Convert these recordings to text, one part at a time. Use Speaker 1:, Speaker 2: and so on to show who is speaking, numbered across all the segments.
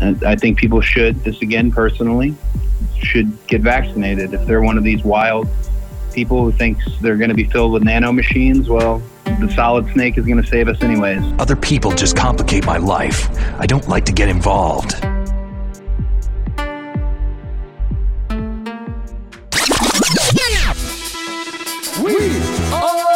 Speaker 1: I think people should, this again personally, should get vaccinated. If they're one of these wild people who thinks they're going to be filled with nano machines, well, the solid snake is going to save us anyways.
Speaker 2: Other people just complicate my life. I don't like to get involved.
Speaker 3: We are live!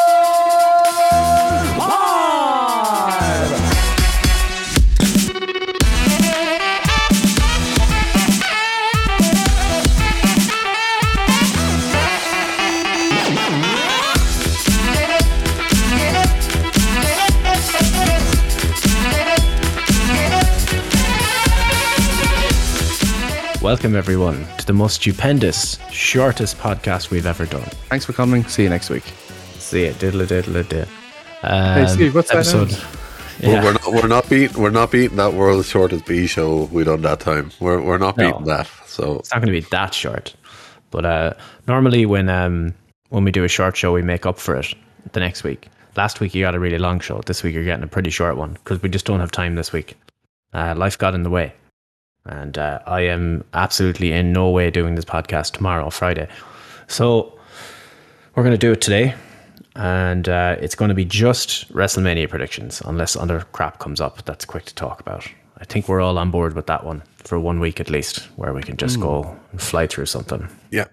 Speaker 4: Welcome, everyone, to the most stupendous, shortest podcast we've ever done.
Speaker 5: Thanks for coming. See you next week.
Speaker 4: See it, diddle diddle diddle.
Speaker 5: Hey, Steve, what's that
Speaker 4: Um, episode.
Speaker 5: now?
Speaker 4: Yeah.
Speaker 6: We're, not, we're not beating we're not beating that world's shortest B show we done that time. We're we're not
Speaker 4: No.
Speaker 6: beating that. So
Speaker 4: It's not going to be that short, but uh, normally when um, when we do a short show, we make up for it the next week. Last week you got a really long show. This week you're getting a pretty short one because we just don't have time this week. Uh, life got in the way, and uh, I am absolutely in no way doing this podcast tomorrow, Friday. So we're going to do it today, and uh, it's going to be just WrestleMania predictions, unless other crap comes up that's quick to talk about. I think we're all on board with that one for one week at least, where we can just go and fly through something.
Speaker 6: yeah.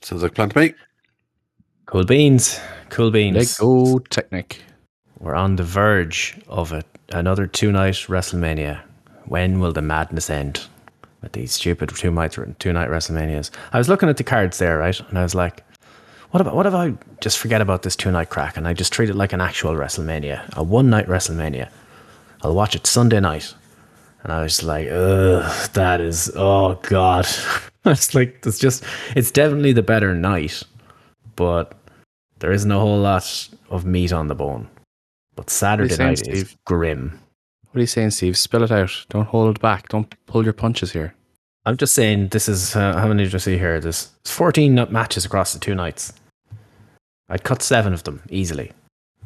Speaker 6: Sounds like a plan to me.
Speaker 4: Cool beans, cool beans.
Speaker 5: Let go, Technic.
Speaker 4: We're on the verge of a, another two night WrestleMania. When will the madness end with these stupid two night two night WrestleManias? I was looking at the cards there, right, and I was like, what about what if I just forget about this two night crack and I just treat it like an actual WrestleMania, a one night WrestleMania? I'll watch it Sunday night, and I was like, ugh, that is oh god. it's like it's just it's definitely the better night, but there isn't a whole lot of meat on the bone. But Saturday
Speaker 5: saying,
Speaker 4: night is
Speaker 5: Steve?
Speaker 4: grim.
Speaker 5: What are you saying, Steve? Spill it out. Don't hold back. Don't pull your punches here.
Speaker 4: I'm just saying, this is uh, how many did I see here? There's 14 nut matches across the two nights. I'd cut seven of them easily.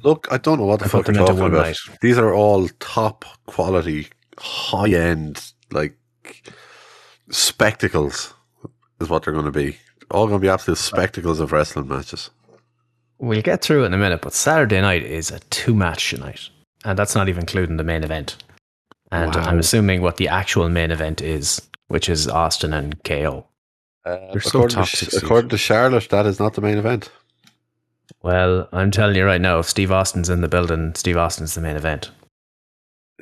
Speaker 6: Look, I don't know what the
Speaker 4: I put
Speaker 6: fuck you're
Speaker 4: them into one
Speaker 6: talking about.
Speaker 4: night.
Speaker 6: These are all top quality, high end like spectacles is what they're gonna be. All gonna be absolute spectacles of wrestling matches.
Speaker 4: We'll get through it in a minute, but Saturday night is a two match night. And that's not even including the main event. And
Speaker 5: Wow.
Speaker 4: I'm assuming what the actual main event is, which is Austin and KO.
Speaker 6: Uh,
Speaker 5: You're so
Speaker 6: according, to,
Speaker 5: toxic,
Speaker 6: Sh-
Speaker 5: Steve.
Speaker 6: according to Charlotte, that is not the main event.
Speaker 4: Well, I'm telling you right now, if Steve Austin's in the building, Steve Austin's the main event.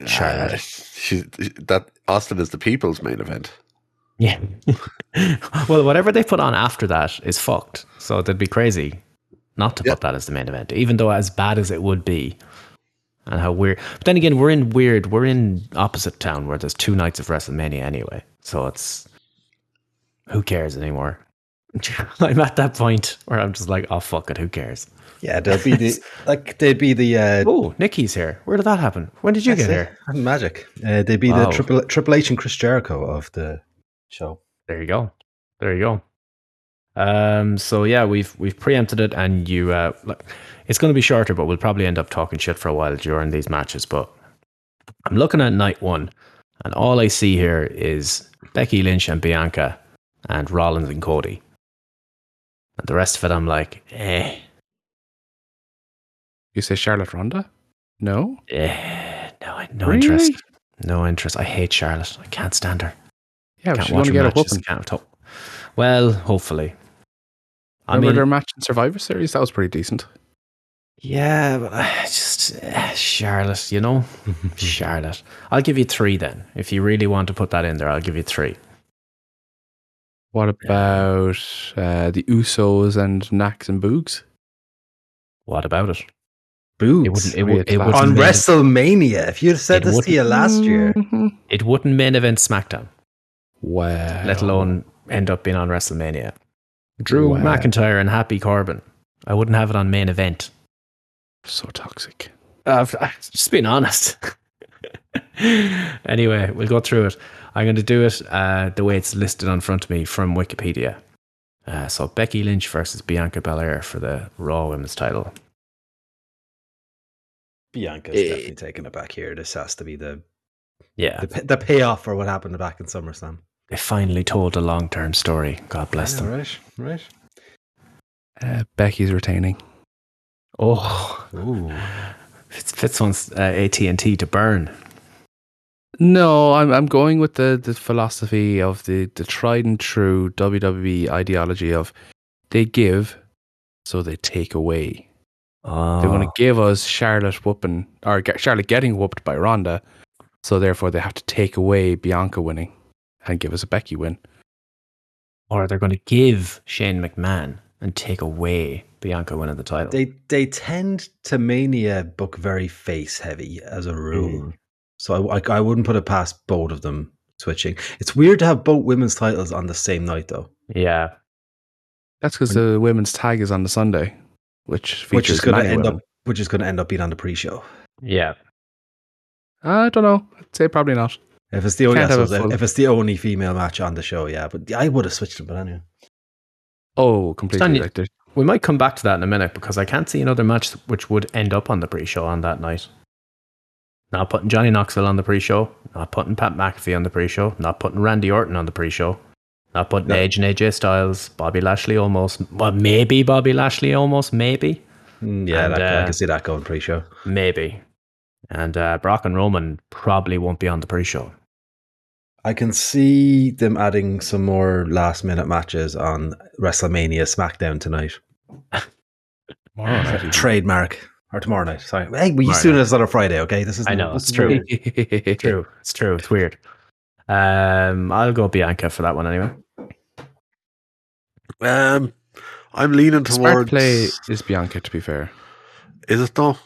Speaker 4: Charlotte.
Speaker 6: Uh, she, that Austin is the people's main event.
Speaker 4: Yeah. well, whatever they put on after that is fucked. So it'd be crazy not to
Speaker 6: Yeah.
Speaker 4: put that as the main event, even though as bad as it would be. And how weird. But then again, we're in weird. We're in opposite town where there's two nights of WrestleMania anyway. So it's who cares anymore. I'm at that point where I'm just like, oh fuck it, who cares?
Speaker 7: Yeah, there'll be the like there'd be the uh,
Speaker 4: Oh, Nikki's here. Where did that happen? When did you
Speaker 7: that's
Speaker 4: get
Speaker 7: it.
Speaker 4: here?
Speaker 7: magic. Uh, there'd be
Speaker 4: Wow.
Speaker 7: the triple, triple H and Chris Jericho of the show.
Speaker 4: There you go. There you go. Um, so yeah, we've we've preempted it, and you uh, look, it's going to be shorter, but we'll probably end up talking shit for a while during these matches. But I'm looking at night one, and all I see here is Becky Lynch and Bianca, and Rollins and Cody, and the rest of it, I'm like, eh,
Speaker 5: You say Charlotte Ronda? No?
Speaker 4: eh, no, no
Speaker 5: Really?
Speaker 4: interest, no interest. I hate Charlotte. I can't stand her.
Speaker 5: Yeah,
Speaker 4: Can't
Speaker 5: but Oh, she's going
Speaker 4: watch
Speaker 5: to
Speaker 4: her
Speaker 5: get a
Speaker 4: matches.
Speaker 5: whooping.
Speaker 4: Can't talk. Well, hopefully.
Speaker 5: Remember their match in Survivor Series? That was pretty decent.
Speaker 4: Yeah, but I just eh, Charlotte, you know, Charlotte. I'll give you three then. If you really want to put that in there, I'll give you three.
Speaker 5: What about uh, the Usos and Nax and Boogs?
Speaker 4: What about it?
Speaker 7: Boobs.
Speaker 4: It wouldn't. It,
Speaker 5: three
Speaker 4: would,
Speaker 5: at
Speaker 4: it
Speaker 5: last.
Speaker 4: wouldn't.
Speaker 7: on
Speaker 4: main-
Speaker 7: WrestleMania. If you'd have said
Speaker 4: It Mm.
Speaker 7: this to you last year,
Speaker 5: Mhm.
Speaker 4: It wouldn't main event SmackDown,
Speaker 5: Wow.
Speaker 4: let alone end up being on WrestleMania. Drew
Speaker 5: Oh. Wow.
Speaker 4: McIntyre and Happy Corbin. I wouldn't have it on main event.
Speaker 5: So toxic.
Speaker 4: I've, I've just been honest. anyway, we'll go through it. I'm going to do it uh, the way it's listed on front of me from Wikipedia. Uh, so Becky Lynch versus Bianca Belair for the Raw Women's title.
Speaker 7: Bianca's definitely taken aback here. This has to be the
Speaker 4: Yeah.
Speaker 7: The, the payoff for what happened back in SummerSlam.
Speaker 4: They finally told a long term story. God bless
Speaker 7: Yeah,
Speaker 4: them.
Speaker 7: Right, right.
Speaker 5: Uh, Becky's retaining.
Speaker 4: Oh,
Speaker 7: Ooh.
Speaker 4: Fitz, Fitz wants uh, AT and T to burn.
Speaker 5: No, I'm I'm going with the, the philosophy of the, the tried and true WWE ideology of they give, so they take away.
Speaker 4: Oh,
Speaker 5: They want
Speaker 7: Ah.
Speaker 5: to give us Charlotte whooping or get, Charlotte getting whooped by Ronda, so therefore they have to take away Bianca winning and give us a Becky win.
Speaker 4: or they're going to give Shane McMahon and take away Bianca winning the title.
Speaker 7: They they tend to mania book very face heavy as a rule.
Speaker 4: Mm.
Speaker 7: So I, I I wouldn't put it past both of them switching. It's weird to have both women's titles on the same night though,
Speaker 4: yeah,
Speaker 5: That's because the women's tag is on the Sunday, which features
Speaker 7: which is going to
Speaker 5: many
Speaker 7: end
Speaker 5: women.
Speaker 7: up which is going to end up being on the pre-show.
Speaker 4: yeah.
Speaker 5: I don't know. I'd say probably not.
Speaker 7: If it's the only
Speaker 5: Can't have
Speaker 7: I suppose
Speaker 5: it full.
Speaker 7: if it's the only female match on the show, yeah. But I would have switched them, but anyway.
Speaker 5: Oh, completely.
Speaker 4: Sonya-
Speaker 5: Like there's-
Speaker 4: We might come back to that in a minute because I can't see another match which would end up on the pre-show on that night. Not putting Johnny Knoxville on the pre-show. Not putting Pat McAfee on the pre-show. Not putting Randy Orton on the pre-show. Not putting Edge and AJ Styles. Bobby Lashley almost. Well, maybe Bobby Lashley almost. Maybe.
Speaker 7: Mm, Yeah,
Speaker 4: And,
Speaker 7: that, I
Speaker 4: uh,
Speaker 7: can see that going pre-show.
Speaker 4: Maybe. And uh, Brock and Roman probably won't be on the pre-show.
Speaker 7: I can see them adding some more last-minute matches on WrestleMania SmackDown tonight.
Speaker 5: Tomorrow night, even.
Speaker 7: Trademark or tomorrow night. Sorry. Hey, we used to
Speaker 4: Tomorrow
Speaker 7: do this on a Friday. Okay, this is
Speaker 4: I know, it's true. True. It's true. It's weird. Um, I'll go Bianca for that one anyway.
Speaker 6: Um, I'm leaning
Speaker 5: Smart
Speaker 6: towards.
Speaker 5: play is Bianca. To be fair,
Speaker 6: Is it though?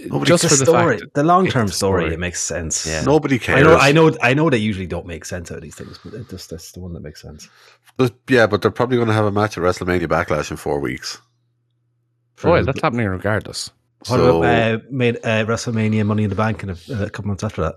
Speaker 6: Nobody
Speaker 5: just
Speaker 7: the
Speaker 5: for the
Speaker 7: story,
Speaker 5: fact.
Speaker 7: the long-term
Speaker 5: it's a
Speaker 7: story,
Speaker 5: story.
Speaker 7: It makes sense.
Speaker 4: Yeah.
Speaker 6: Nobody cares.
Speaker 7: I know. I know. I know. They usually don't make sense out of these things, but it just that's the one that makes sense.
Speaker 6: But- yeah, but they're probably going to have a match at WrestleMania Backlash in four weeks.
Speaker 5: Boy, that's happening regardless.
Speaker 7: What
Speaker 6: so,
Speaker 7: about uh, made, uh, WrestleMania Money in the Bank in a, a couple months after that?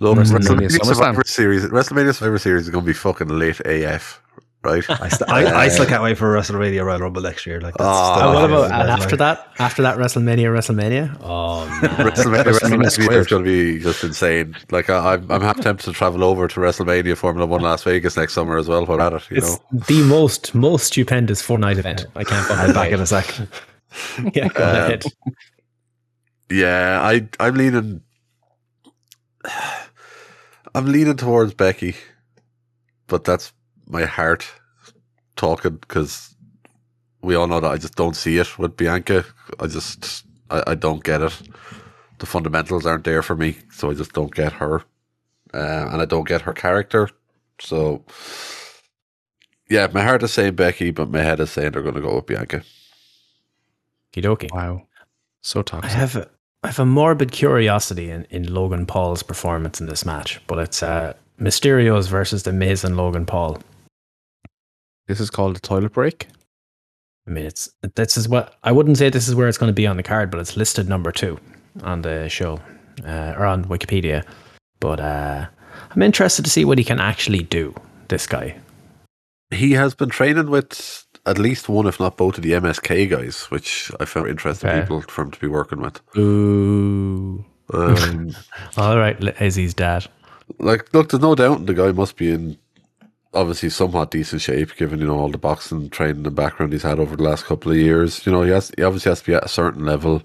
Speaker 6: look,
Speaker 5: WrestleMania
Speaker 6: WrestleMania,
Speaker 5: SummerSlam?
Speaker 6: Survivor Series, WrestleMania Survivor Series is going to be fucking late AF, right?
Speaker 7: I, st- I, I still can't wait for WrestleMania Royal Rumble next year. Like, that's
Speaker 6: Ah.
Speaker 7: still-
Speaker 6: And what
Speaker 7: Oh, that's
Speaker 6: about-
Speaker 7: the best
Speaker 4: after
Speaker 7: way.
Speaker 4: that? After that WrestleMania, WrestleMania. Oh man.
Speaker 6: WrestleMania, WrestleMania Theater
Speaker 5: squared.
Speaker 6: is going to be just insane. Like I, I'm, I'm half tempted to travel over to WrestleMania Formula One Las Vegas next summer as well. While at it, you
Speaker 4: It's
Speaker 6: know,
Speaker 4: the most most stupendous four night event. I can't
Speaker 7: I'll be
Speaker 4: find
Speaker 7: back in a sec.
Speaker 4: Yeah, go
Speaker 6: Um,
Speaker 4: ahead.
Speaker 6: yeah, I, I'm leaning, I'm leaning towards Becky, but that's my heart talking because we all know that I just don't see it with Bianca. I just, I, I don't get it. The fundamentals aren't there for me, so I just don't get her, uh, and I don't get her character. So, yeah, my heart is saying Becky, but my head is saying they're going to go with Bianca.
Speaker 4: Kidoki.
Speaker 5: Wow, so
Speaker 4: I
Speaker 5: toxic.
Speaker 4: have a, I have a morbid curiosity in, in Logan Paul's performance in this match, but it's uh, Mysterio's versus the Miz and Logan Paul.
Speaker 5: This is called a toilet break.
Speaker 4: I mean, it's this is what I wouldn't say this is where it's going to be on the card, but it's listed number two on the show uh, or on Wikipedia. But uh, I'm interested to see what he can actually do. This guy,
Speaker 6: he has been training with at least one, if not both, of the MSK guys, which I found interesting
Speaker 4: Okay.
Speaker 6: people for him to be working with.
Speaker 5: Ooh,
Speaker 6: Um,
Speaker 4: all right, Li- Izzy's dad.
Speaker 6: like, look, there's no doubt the guy must be in obviously somewhat decent shape, given you know all the boxing training and background he's had over the last couple of years. You know, he has he obviously has to be at a certain level.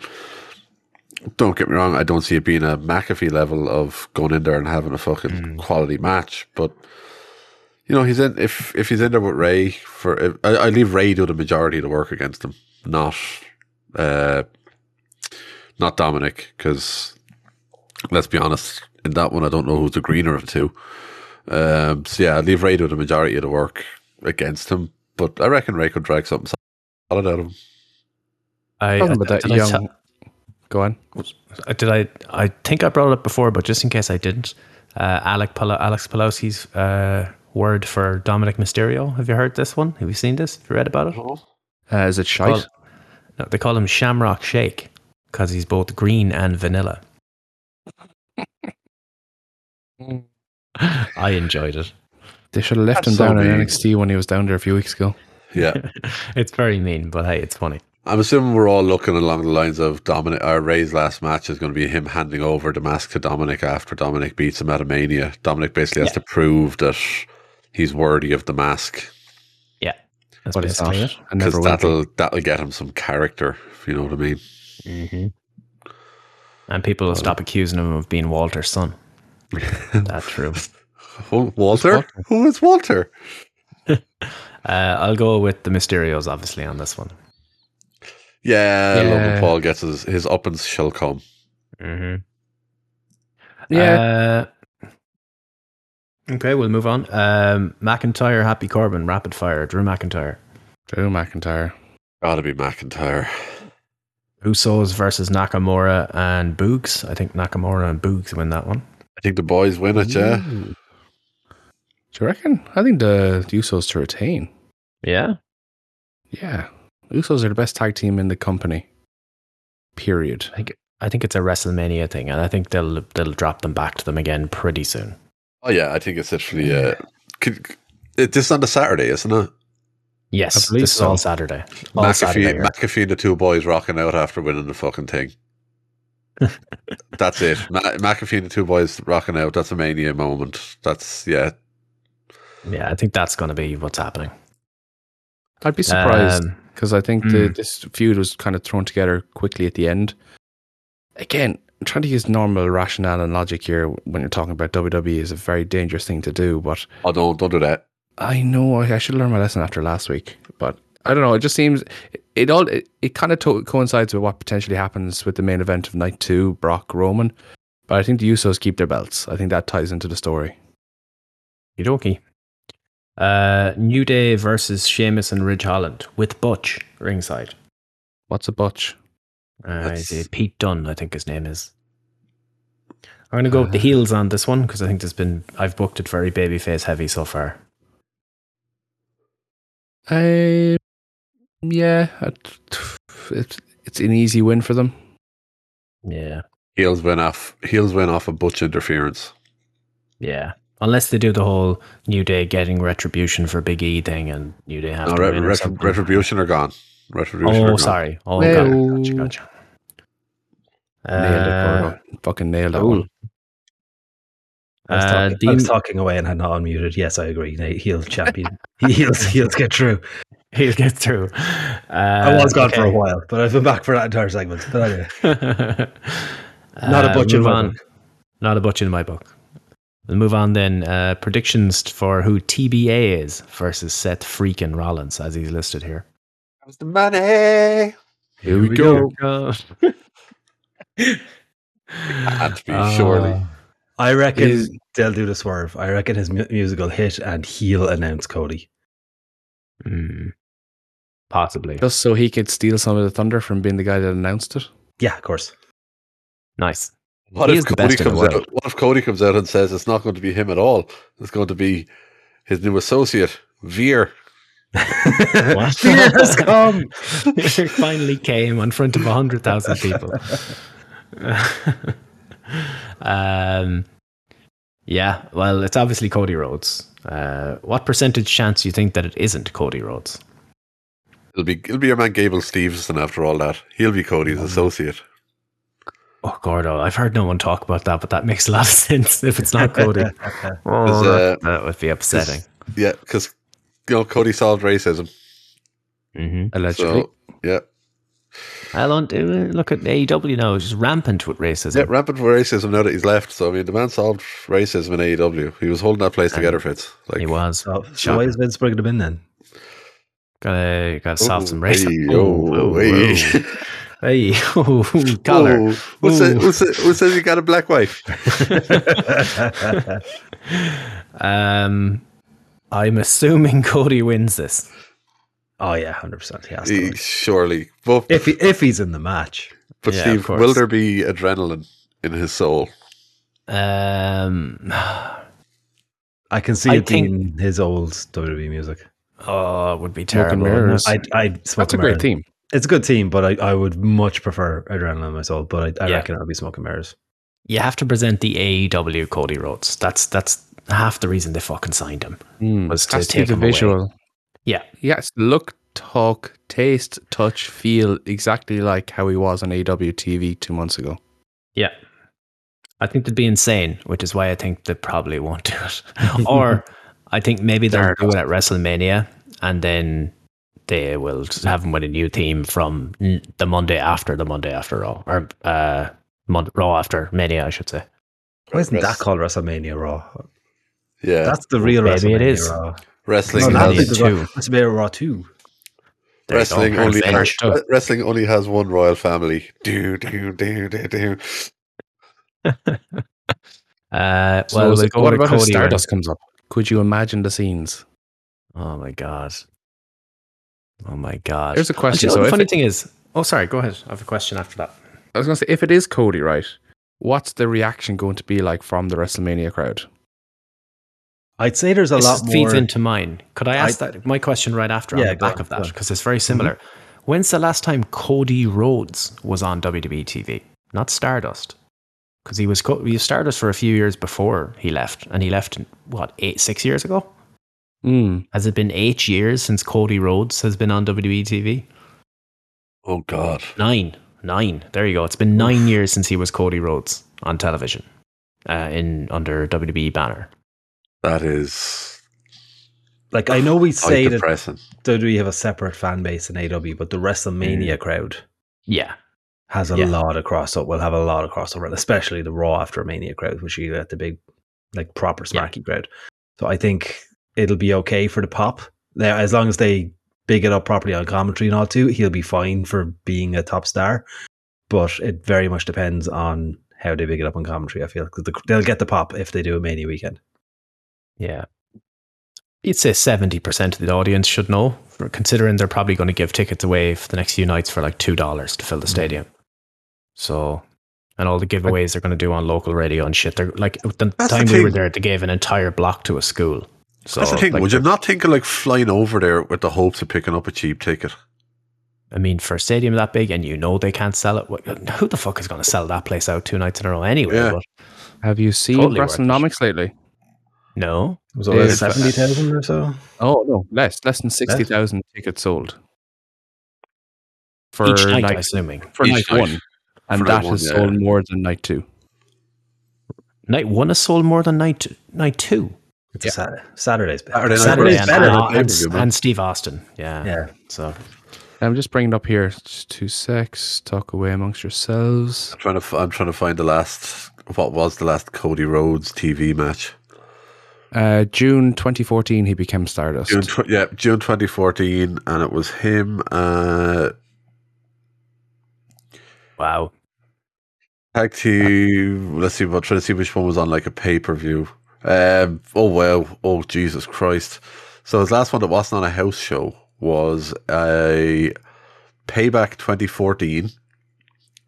Speaker 6: Don't get me wrong, I don't see it being a McAfee level of going in there and having a fucking quality match, but you know he's in if if he's in there with Ray for if, I, I leave Ray do the majority of the work against him, not uh not Dominic because let's be honest, in that one I don't know who's the greener of the two. Um, so yeah, I'd leave Ray with the majority of the work against him, but I reckon Ray could drag something solid out of him.
Speaker 4: I,
Speaker 5: Problem with that
Speaker 4: did I
Speaker 5: young-
Speaker 4: tell-
Speaker 5: go on.
Speaker 4: Uh, did I? I think I brought it up before, but just in case I didn't, uh, Alec Polo, Alex Pelosi's uh, word for Dominic Mysterio. Have you heard this one? Have you seen this? Have you read about it?
Speaker 5: Uh, is it shite?
Speaker 4: Well- No, they call him Shamrock Shake because he's both green and vanilla. I enjoyed it.
Speaker 5: they should have left him
Speaker 6: That's so
Speaker 5: down in
Speaker 6: mean.
Speaker 5: NXT when he was down there a few weeks ago.
Speaker 6: Yeah,
Speaker 4: It's very mean, but hey, it's funny.
Speaker 6: I'm assuming we're all looking along the lines of Dominic or Ray's last match is going to be him handing over the mask to Dominic after Dominic beats him at a mania. Dominic basically has to prove that he's worthy of the mask
Speaker 4: Yeah. That's
Speaker 5: But it's not.
Speaker 4: basically
Speaker 5: I never
Speaker 6: because
Speaker 5: will
Speaker 6: that'll that'll get him some character. If you know what I mean.
Speaker 4: it. And people will stop accusing him of being Walter's son. That's true.
Speaker 6: Who- Walter? Who is Walter?
Speaker 4: Uh, I'll go with the Mysterios, obviously, on this one.
Speaker 5: Yeah.
Speaker 6: Yeah, Logan Paul gets his his uppance shall come.
Speaker 4: Mm-hmm.
Speaker 5: be. Yeah.
Speaker 4: Uh, okay, we'll move on. Um, McIntyre, Happy Corbin, rapid fire. Drew McIntyre.
Speaker 5: Drew McIntyre.
Speaker 6: Gotta be McIntyre.
Speaker 4: Usos versus Nakamura and Boogs. I think Nakamura and Boogs win that one.
Speaker 6: I think the boys win it. Yeah,
Speaker 4: Mm.
Speaker 5: Ooh. Do you reckon? I think the, the Usos to retain.
Speaker 4: Yeah.
Speaker 5: Yeah. Usos are the best tag team in the company. Period.
Speaker 4: I think it's a WrestleMania thing, and I think they'll they'll drop them back to them again pretty soon.
Speaker 6: Oh yeah, I think it's literally uh, could, it, this is on the Saturday, isn't it?
Speaker 4: Yes,
Speaker 5: I believe
Speaker 4: this is all
Speaker 5: so.
Speaker 4: Saturday. All Oh, Saturday.
Speaker 6: McAfee,
Speaker 4: here.
Speaker 6: McAfee and the two boys rocking out after winning the fucking thing. That's it. Ma- McAfee and the two boys rocking out. That's a mania moment. That's yeah.
Speaker 4: yeah, I think that's going to be what's happening.
Speaker 5: I'd be surprised
Speaker 4: Um,
Speaker 5: because I think the, this feud was kind of thrown together quickly at the end. Again, I'm trying to use normal rationale and logic here when you're talking about WWE is a very dangerous thing to do, but
Speaker 6: Oh no, don't do that.
Speaker 5: I know I, I should learn my lesson after last week, but I don't know. It just seems it, it all it, it kind of to- coincides with what potentially happens with the main event of night two, Brock Roman. But I think the Usos keep their belts. I think that ties into the story.
Speaker 4: Yudoki. Uh, New Day versus Sheamus and Ridge Holland with Butch ringside.
Speaker 5: What's a butch?
Speaker 4: Uh,
Speaker 6: That's-
Speaker 4: is it Pete Dunn, I think his name is. I'm going to go with the
Speaker 7: Uh-huh.
Speaker 4: heels on this one because I think there's been I've booked it very babyface heavy so far.
Speaker 5: Uh, yeah, I- it's it's an easy win for them.
Speaker 4: Yeah,
Speaker 6: Heels went off. Heels went off a butch interference.
Speaker 4: yeah. Unless they do the whole New Day getting retribution for Big E thing and New Day have
Speaker 7: Oh,
Speaker 6: No,
Speaker 4: to
Speaker 6: re-
Speaker 4: win or
Speaker 6: ret-
Speaker 4: something.
Speaker 6: retribution are gone. Retribution. are
Speaker 4: Oh,
Speaker 6: gone.
Speaker 4: sorry. Oh,
Speaker 5: Well-
Speaker 4: gotcha, gotcha, gotcha.
Speaker 5: Nailed it,
Speaker 4: Uh,
Speaker 5: Gordo. Fucking nailed that
Speaker 4: cool.
Speaker 5: one.
Speaker 7: I was,
Speaker 4: Uh,
Speaker 7: talking, I
Speaker 4: Dean-
Speaker 7: was talking away and had not unmuted. Yes, I agree. Nate, Heel champion. heels, heels get through.
Speaker 4: He'll get through. Uh,
Speaker 7: I was gone for a while, but I've been back for that entire segment. But anyway,
Speaker 4: while.
Speaker 7: not a butch
Speaker 4: Uh,
Speaker 7: in
Speaker 4: move
Speaker 7: my
Speaker 4: on.
Speaker 7: book.
Speaker 4: Not a butch in my book. We'll move on then. Uh, predictions for who TBA is versus Seth freaking Rollins, as he's listed here.
Speaker 6: That was the money.
Speaker 5: Here, we, go.
Speaker 6: Can't be,
Speaker 4: Oh. Ah.
Speaker 6: surely.
Speaker 7: I reckon
Speaker 5: Is-
Speaker 7: they'll do the swerve. I reckon his mu- musical hit and he'll announce Cody.
Speaker 4: Hmm. possibly.
Speaker 5: Just so he could steal some of the thunder from being the guy that announced it.
Speaker 7: Yeah, of course.
Speaker 4: Nice.
Speaker 6: What
Speaker 4: He
Speaker 6: if
Speaker 4: is the
Speaker 6: Cody
Speaker 4: best in the
Speaker 6: comes
Speaker 4: world.
Speaker 6: out? What if Cody comes out and says it's not going to be him at all? It's going to be his new associate, Veer.
Speaker 4: What?
Speaker 7: Fear has come.
Speaker 4: it finally came in front of 100,000 people. um, yeah, well, it's obviously Cody Rhodes. Uh, what percentage chance do you think that it isn't Cody Rhodes?
Speaker 6: It'll be it'll be your man Gable Stevenson after all that. He'll be Cody's
Speaker 4: Mm-hmm.
Speaker 6: associate.
Speaker 4: Oh, Gordo, I've heard no one talk about that, but that makes a lot of sense if it's not Cody.
Speaker 6: Is,
Speaker 4: oh,
Speaker 6: uh,
Speaker 4: that, that would be upsetting.
Speaker 6: Yeah, because you know Cody solved racism.
Speaker 4: Mm-hmm.
Speaker 5: Allegedly.
Speaker 6: So yeah,
Speaker 4: I don't uh, look at AEW now; it's just rampant with racism.
Speaker 6: yeah, rampant for racism now that he's left. So I mean, the man solved racism in AEW. He was holding that place together, Fitz. Like
Speaker 4: he was
Speaker 7: So, so why
Speaker 4: Shocking.
Speaker 7: is Vince bringing him in then?
Speaker 4: gotta gotta solve some racism.
Speaker 6: Hey, oh, hey.
Speaker 4: hey, oh, collar.
Speaker 6: Oh, who says-
Speaker 4: Ooh.
Speaker 6: who says- who says you got a black wife?
Speaker 4: Um, I'm assuming Cody wins this.
Speaker 7: Oh yeah, hundred percent. He has to.
Speaker 6: He-
Speaker 7: win.
Speaker 6: surely, but
Speaker 7: If he, if he's in the match,
Speaker 6: But
Speaker 4: Yeah, of
Speaker 6: Steve,
Speaker 4: course.
Speaker 6: will there be adrenaline in his soul?
Speaker 4: Um,
Speaker 7: I can see
Speaker 4: I
Speaker 7: it
Speaker 4: think-
Speaker 7: being his old WWE music.
Speaker 4: oh, it would be
Speaker 5: Smoke
Speaker 4: terrible.
Speaker 5: and mirrors.
Speaker 7: I I smoke
Speaker 5: That's a
Speaker 7: and mirrors.
Speaker 5: great team.
Speaker 7: It's a good team, but I, I would much prefer Adrenaline myself. But I, I
Speaker 4: Yeah.
Speaker 7: reckon it'll be smoking mirrors.
Speaker 4: You have to present the AEW Cody Rhodes. That's that's half the reason they fucking signed him.
Speaker 5: Mm.
Speaker 4: Was to
Speaker 5: Has to be
Speaker 4: take
Speaker 5: the
Speaker 4: him away.
Speaker 5: visual.
Speaker 4: Yeah.
Speaker 5: Yes, look talk, taste, touch, feel exactly like how he was on AEW TV two months ago.
Speaker 4: Yeah. I think they'd be insane, which is why I think they probably won't do it. or I think maybe they'll do it at WrestleMania and then they will just have him with a new team from n- the Monday after the Monday after Raw or uh, Mon- Raw after Mania, I should say.
Speaker 7: Why isn't that
Speaker 6: Rest-
Speaker 7: called WrestleMania Raw?
Speaker 6: Yeah,
Speaker 7: That's the real
Speaker 4: Maybe
Speaker 7: WrestleMania
Speaker 4: it is.
Speaker 7: Raw.
Speaker 6: wrestling.
Speaker 7: No,
Speaker 4: Mania
Speaker 7: that's
Speaker 6: has,
Speaker 7: the
Speaker 4: two.
Speaker 7: Raw- WrestleMania Raw 2.
Speaker 4: There you
Speaker 6: wrestling
Speaker 4: go.
Speaker 6: only has,
Speaker 4: Perfect. Done.
Speaker 6: wrestling only has one royal family. Do do do do do.
Speaker 4: Uh,
Speaker 5: So
Speaker 4: well,
Speaker 5: is
Speaker 4: we'll
Speaker 5: it-
Speaker 4: go
Speaker 5: what
Speaker 4: to
Speaker 5: about when
Speaker 4: Cody.
Speaker 5: Stardust comes up? Could you imagine the scenes?
Speaker 4: Oh my god. Oh my god.
Speaker 5: There's a question,
Speaker 4: Actually,
Speaker 5: so
Speaker 4: the
Speaker 5: if
Speaker 4: funny
Speaker 5: it-
Speaker 4: thing is, oh sorry, go ahead. I have a question after that.
Speaker 5: I was going to say, if it is Cody, right? What's the reaction going to be like from the WrestleMania crowd?
Speaker 7: I'd say there's a
Speaker 4: This
Speaker 7: lot
Speaker 4: feeds
Speaker 7: more.
Speaker 4: into mine. Could I ask that my question right after
Speaker 7: Yeah,
Speaker 4: on the
Speaker 7: go
Speaker 4: back
Speaker 7: on,
Speaker 4: of
Speaker 7: go
Speaker 4: that
Speaker 7: on. Mm-hmm.
Speaker 4: because it's very similar. When's the last time Cody Rhodes was on WWE TV? Not Stardust. Because he was, co- he was Stardust for a few years before he left, and he left what eight, six years ago.
Speaker 6: Hmm.
Speaker 5: Mm.
Speaker 4: Has it been eight years since Cody Rhodes has been on E WWE TV?
Speaker 6: Oh God!
Speaker 4: Nine. Nine. There you go. It's been nine years since he was Cody Rhodes on television uh, in under WWE banner.
Speaker 6: That is
Speaker 7: Like, I know we say
Speaker 6: quite
Speaker 7: that
Speaker 6: depressing.
Speaker 7: WWE have a separate fan base in AW, but the WrestleMania crowd
Speaker 4: Yeah.
Speaker 7: has a
Speaker 4: Yeah.
Speaker 7: lot of crossover. Will have a lot of crossover, and especially the Raw after Mania crowd, which you get the big, like proper
Speaker 4: Yeah.
Speaker 7: smacky crowd. So I think it'll be okay for the pop. Now, as long as they big it up properly on commentary and all too, he'll be fine for being a top star. But it very much depends on how they big it up on commentary. I feel 'Cause the, they'll get the pop if they do a Mania weekend.
Speaker 4: Yeah. You'd say 70% of the audience should know, for- considering they're probably going to give tickets away for the next few nights for like $2 to
Speaker 6: Mm.
Speaker 4: fill the stadium. So, and all the giveaways they're going to do on local radio and shit. They're like, the
Speaker 6: That's the
Speaker 4: time we were
Speaker 6: thing.
Speaker 4: there, they gave an entire block to a school. So,
Speaker 6: That's the thing.
Speaker 4: like,
Speaker 6: Would you not think of like flying over there with the hopes of picking up a cheap ticket?
Speaker 4: I mean, for a stadium that big and you know they can't sell it, what- who the fuck is going to sell that place out two nights in a row anyway?
Speaker 6: Yeah.
Speaker 4: But
Speaker 5: Have you seen
Speaker 4: Totally worth it.
Speaker 5: WrestleNomics lately?
Speaker 4: no.
Speaker 7: Was
Speaker 5: it like
Speaker 7: it
Speaker 5: Yes.
Speaker 7: seventy thousand or so?
Speaker 5: Oh no, less less than sixty thousand tickets sold for
Speaker 4: Each night,
Speaker 5: night,
Speaker 4: I'm assuming.
Speaker 5: for
Speaker 6: Each
Speaker 5: night
Speaker 6: night.
Speaker 5: one, and
Speaker 6: For night
Speaker 5: that
Speaker 6: one,
Speaker 5: has
Speaker 6: yeah.
Speaker 5: sold more than night two.
Speaker 4: Night one is sold more than night night two.
Speaker 7: It's a Saturday. Saturday's better.
Speaker 6: Saturday
Speaker 4: Saturday Uh,
Speaker 6: night It's
Speaker 4: and,
Speaker 6: better
Speaker 4: and-
Speaker 6: than
Speaker 4: and,
Speaker 6: pay-per-view, man.
Speaker 4: and Steve Austin. Yeah.
Speaker 7: Yeah.
Speaker 4: So
Speaker 5: I'm just bringing it up here. Just two secs. Talk away amongst yourselves.
Speaker 6: I'm trying to. f- I'm trying to find the last. What was the last Cody Rhodes TV match?
Speaker 5: Uh, June 2014, he became Stardust.
Speaker 6: June. Tw- yeah, June 2014, and it was him. Uh,
Speaker 4: wow.
Speaker 6: tag team. Let's see. I'm trying to see which one was on like a pay per view. Um. Oh well. Oh Jesus Christ. So his last one that wasn't on a house show was a Payback 2014.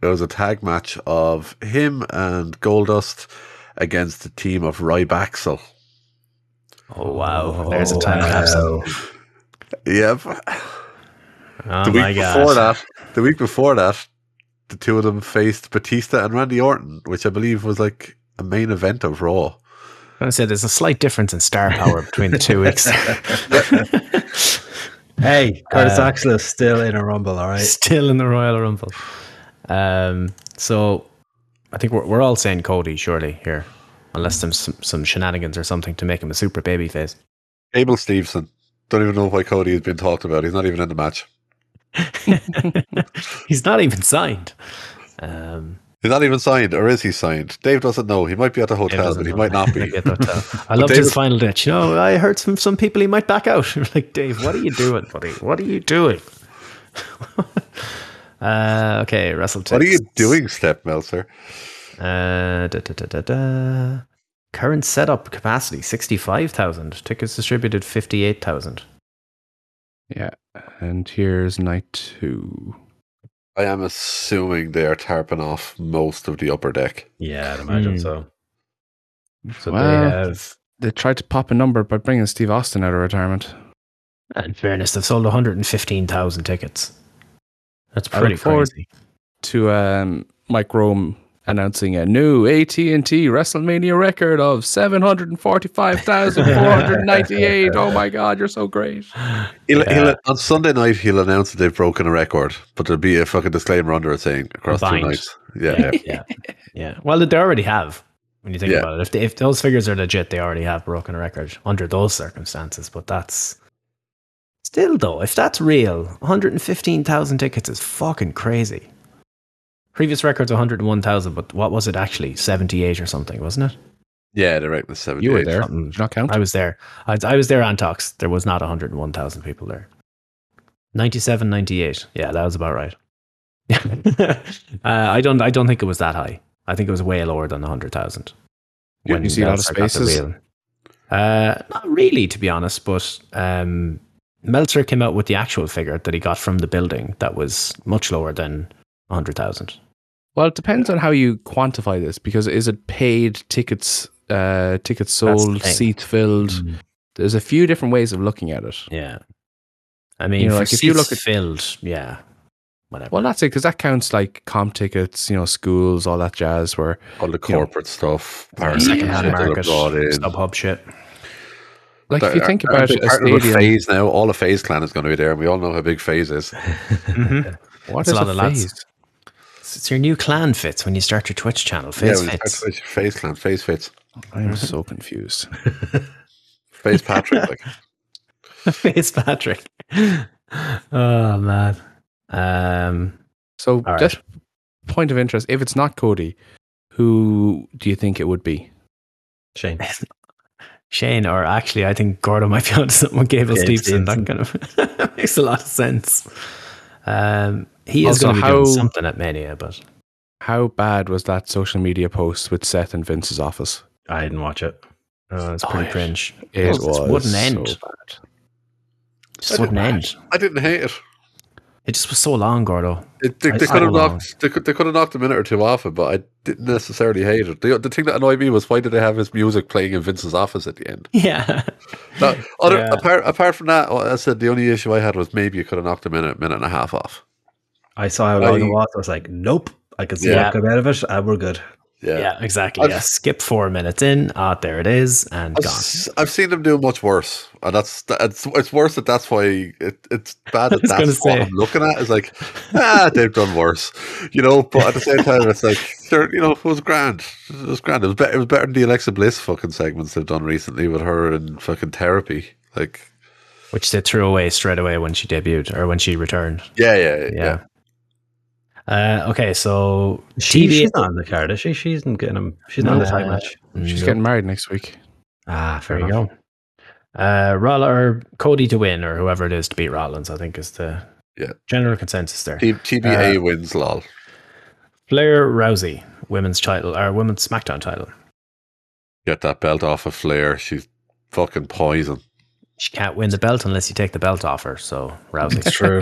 Speaker 6: It was a tag match of him and Goldust against the team of Rybacksel.
Speaker 4: Oh wow. There's a time capsule.
Speaker 7: Wow.
Speaker 6: Yep.
Speaker 4: Oh
Speaker 6: the
Speaker 4: my
Speaker 6: week
Speaker 4: god.
Speaker 6: before that, the week before that, the two of them faced Batista and Randy Orton, which I believe was like a main event of Raw.
Speaker 4: I said there's a slight difference in star power between the two weeks.
Speaker 7: Hey, Curtis Axel is still in a rumble. All right.
Speaker 4: Still in the Royal Rumble. Um so I think we're we're all saying Cody, surely, here. Unless there's some, some shenanigans or something to make him a super baby face.
Speaker 6: Abel Stevenson. Don't even know why Cody has been talked about. He's not even in the match.
Speaker 4: He's not even signed. Um
Speaker 6: He's not even signed, or is he signed? Dave doesn't know. He might be at the
Speaker 4: Dave
Speaker 6: hotel,
Speaker 4: doesn't
Speaker 6: but he
Speaker 4: know.
Speaker 6: might not
Speaker 4: I
Speaker 6: be.
Speaker 4: get that, uh, I loved his
Speaker 6: David-
Speaker 4: final ditch. You know, I heard from some people he might back out. like, Dave, what are you doing, buddy? What are you doing? uh, okay, Russell.
Speaker 6: What are you
Speaker 4: texts.
Speaker 6: doing, Step Meltzer?
Speaker 4: Uh, da, da, da, da, da. Current setup capacity sixty-five thousand. Tickets distributed fifty-eight thousand.
Speaker 5: Yeah. And here's night two.
Speaker 6: I am assuming they are tarping off most of the upper deck.
Speaker 7: Yeah, I'd imagine
Speaker 4: Hmm.
Speaker 7: so. So
Speaker 5: Well-
Speaker 7: they have
Speaker 5: They tried to pop a number by bringing Steve Austin out of retirement.
Speaker 4: In fairness, they've sold one hundred and fifteen thousand tickets. That's
Speaker 5: I look
Speaker 4: pretty
Speaker 5: forward-
Speaker 4: crazy.
Speaker 5: To um, Mike Rome announcing a new AT&T WrestleMania record of 745,498. oh my god, you're so great.
Speaker 6: He'll, he'll, on Sunday night, he'll announce that they've broken a record, but there'll be a fucking disclaimer under it saying across
Speaker 4: Combined.
Speaker 6: two nights. Yeah.
Speaker 4: yeah, yeah. Well, they already have. When you think
Speaker 6: Yeah.
Speaker 4: about it, if, they, if those figures are legit, they already have broken a record under those circumstances. But that's still though, if that's real, 115,000 tickets is fucking crazy. Previous records 101,000, but what was it actually? 78 or something, wasn't it?
Speaker 6: yeah, they reckon it's 78.
Speaker 5: You were there.
Speaker 4: Something-
Speaker 5: Did you not count?
Speaker 4: I was there. I, I was there on talks. There was not 101,000 people there. 97, 98. Yeah, that was about right. uh, I don't. I don't think it was that high. I think it was way lower than 100,000.
Speaker 5: You
Speaker 4: when
Speaker 5: didn't see a lot of
Speaker 4: Meltzer got the
Speaker 5: spaces?
Speaker 4: real- Uh, not really, to be honest. But um, Meltzer came out with the actual figure that he got from the building that was much lower than 100,000.
Speaker 5: Well, it depends on how you quantify this because is it paid tickets, uh, tickets
Speaker 4: the
Speaker 5: sold,
Speaker 4: thing. Mm.
Speaker 5: seats filled? There's a few different ways of looking at it.
Speaker 4: Yeah. I mean,
Speaker 5: You know,
Speaker 4: for
Speaker 5: like, if you
Speaker 4: seats
Speaker 5: look at-
Speaker 4: filled, yeah, whatever.
Speaker 5: Well, that's it because that counts like comp tickets, you know, schools, all that jazz. Where
Speaker 6: All the
Speaker 5: You know,
Speaker 6: corporate stuff,
Speaker 4: Second
Speaker 6: partners that are brought in.
Speaker 4: StubHub shit.
Speaker 5: like if
Speaker 6: They're-
Speaker 5: you think
Speaker 6: aren't
Speaker 5: about
Speaker 6: they
Speaker 5: it, a
Speaker 6: partnered with
Speaker 5: stadium.
Speaker 6: Phase now, all of Phase Clan is going to be there, and we all know how big Phase is.
Speaker 5: What
Speaker 4: It's a
Speaker 5: is
Speaker 4: lot of lads.
Speaker 5: phase?
Speaker 4: It's, it's your new clan fits when you start your Twitch channel.
Speaker 6: Yeah,
Speaker 4: Fits
Speaker 6: when you
Speaker 4: fits.
Speaker 6: start with Phase Clan, Phase Fits,
Speaker 5: I
Speaker 4: Mm-hmm.
Speaker 5: am so confused.
Speaker 6: Phase Patrick. like,
Speaker 4: Fits Patrick. Oh man. Um.
Speaker 5: So
Speaker 4: All right.
Speaker 5: just point of interest, if it's not Cody, who do you think it would be?
Speaker 7: Shane.
Speaker 4: Shane, or actually, I think Gordo might be onto something with Gable
Speaker 7: Gabe
Speaker 4: Stevenson. That kind of makes a lot of sense. Um, he is
Speaker 5: Also,
Speaker 4: going to be
Speaker 5: how-
Speaker 4: doing something at Mania, but
Speaker 5: How bad was that social media post with Seth and Vince's office?
Speaker 7: I didn't watch it. Uh,
Speaker 4: oh, it's
Speaker 5: Oh,
Speaker 4: pretty
Speaker 5: yeah.
Speaker 4: cringe.
Speaker 5: It
Speaker 4: Well, this wouldn't end.
Speaker 5: so bad.
Speaker 4: Just wouldn't end.
Speaker 6: I didn't hate it.
Speaker 4: It just was so long, Gordo.
Speaker 6: It, they,
Speaker 4: I
Speaker 6: they
Speaker 4: saw
Speaker 6: could have
Speaker 4: it.
Speaker 6: knocked. They could, they could have knocked a minute or two off it, but I didn't necessarily hate it. The, the thing that annoyed me was why did they have his music playing in Vince's office at the end?
Speaker 4: Yeah.
Speaker 6: Now, other,
Speaker 4: Yeah.
Speaker 6: apart, apart from that, well, I said the only issue I had was maybe you could have knocked a minute, minute and a half off.
Speaker 7: I saw how long
Speaker 6: I-
Speaker 7: it was. I was like, nope. I can see
Speaker 6: Yeah.
Speaker 7: what come out of it, and we're good.
Speaker 6: Yeah.
Speaker 4: Yeah, exactly.
Speaker 6: I've-
Speaker 4: yeah, skip four minutes in. Ah, there it is, and
Speaker 6: I've,
Speaker 4: gone.
Speaker 6: s- I've seen them do much worse, and that's it's, it's worse that that's why it, it's bad that
Speaker 4: was gonna
Speaker 6: that's what
Speaker 4: say.
Speaker 6: I'm looking at. It's like ah, they've done worse, you know. But at the same time, it's like sure, you know, it was grand, it was grand. It was better, it was better than the Alexa Bliss fucking segments they've done recently with her and fucking therapy. Like,
Speaker 4: which they threw away straight away when she debuted or when she returned.
Speaker 6: yeah, yeah, yeah.
Speaker 4: Yeah. Uh, okay, so
Speaker 7: She,
Speaker 4: TV
Speaker 7: she's not on the card, is she? She's not getting him. She's not in the
Speaker 4: No.
Speaker 7: tag match.
Speaker 5: She's
Speaker 4: Nope.
Speaker 5: getting married next week.
Speaker 4: Mm,
Speaker 7: Ah,
Speaker 4: There
Speaker 7: fair
Speaker 4: you
Speaker 7: enough.
Speaker 4: go. Uh, Roll or Cody to win, or whoever it is to beat Rollins, I think is the
Speaker 6: Yeah.
Speaker 4: general consensus there.
Speaker 6: T- TBA
Speaker 4: Uh,
Speaker 6: wins, lol.
Speaker 4: Flair Rousey, women's title or women's SmackDown title.
Speaker 6: Get that belt off of Flair. She's fucking poison.
Speaker 4: She can't win the belt unless you take the belt off her. So Rousey,
Speaker 7: True.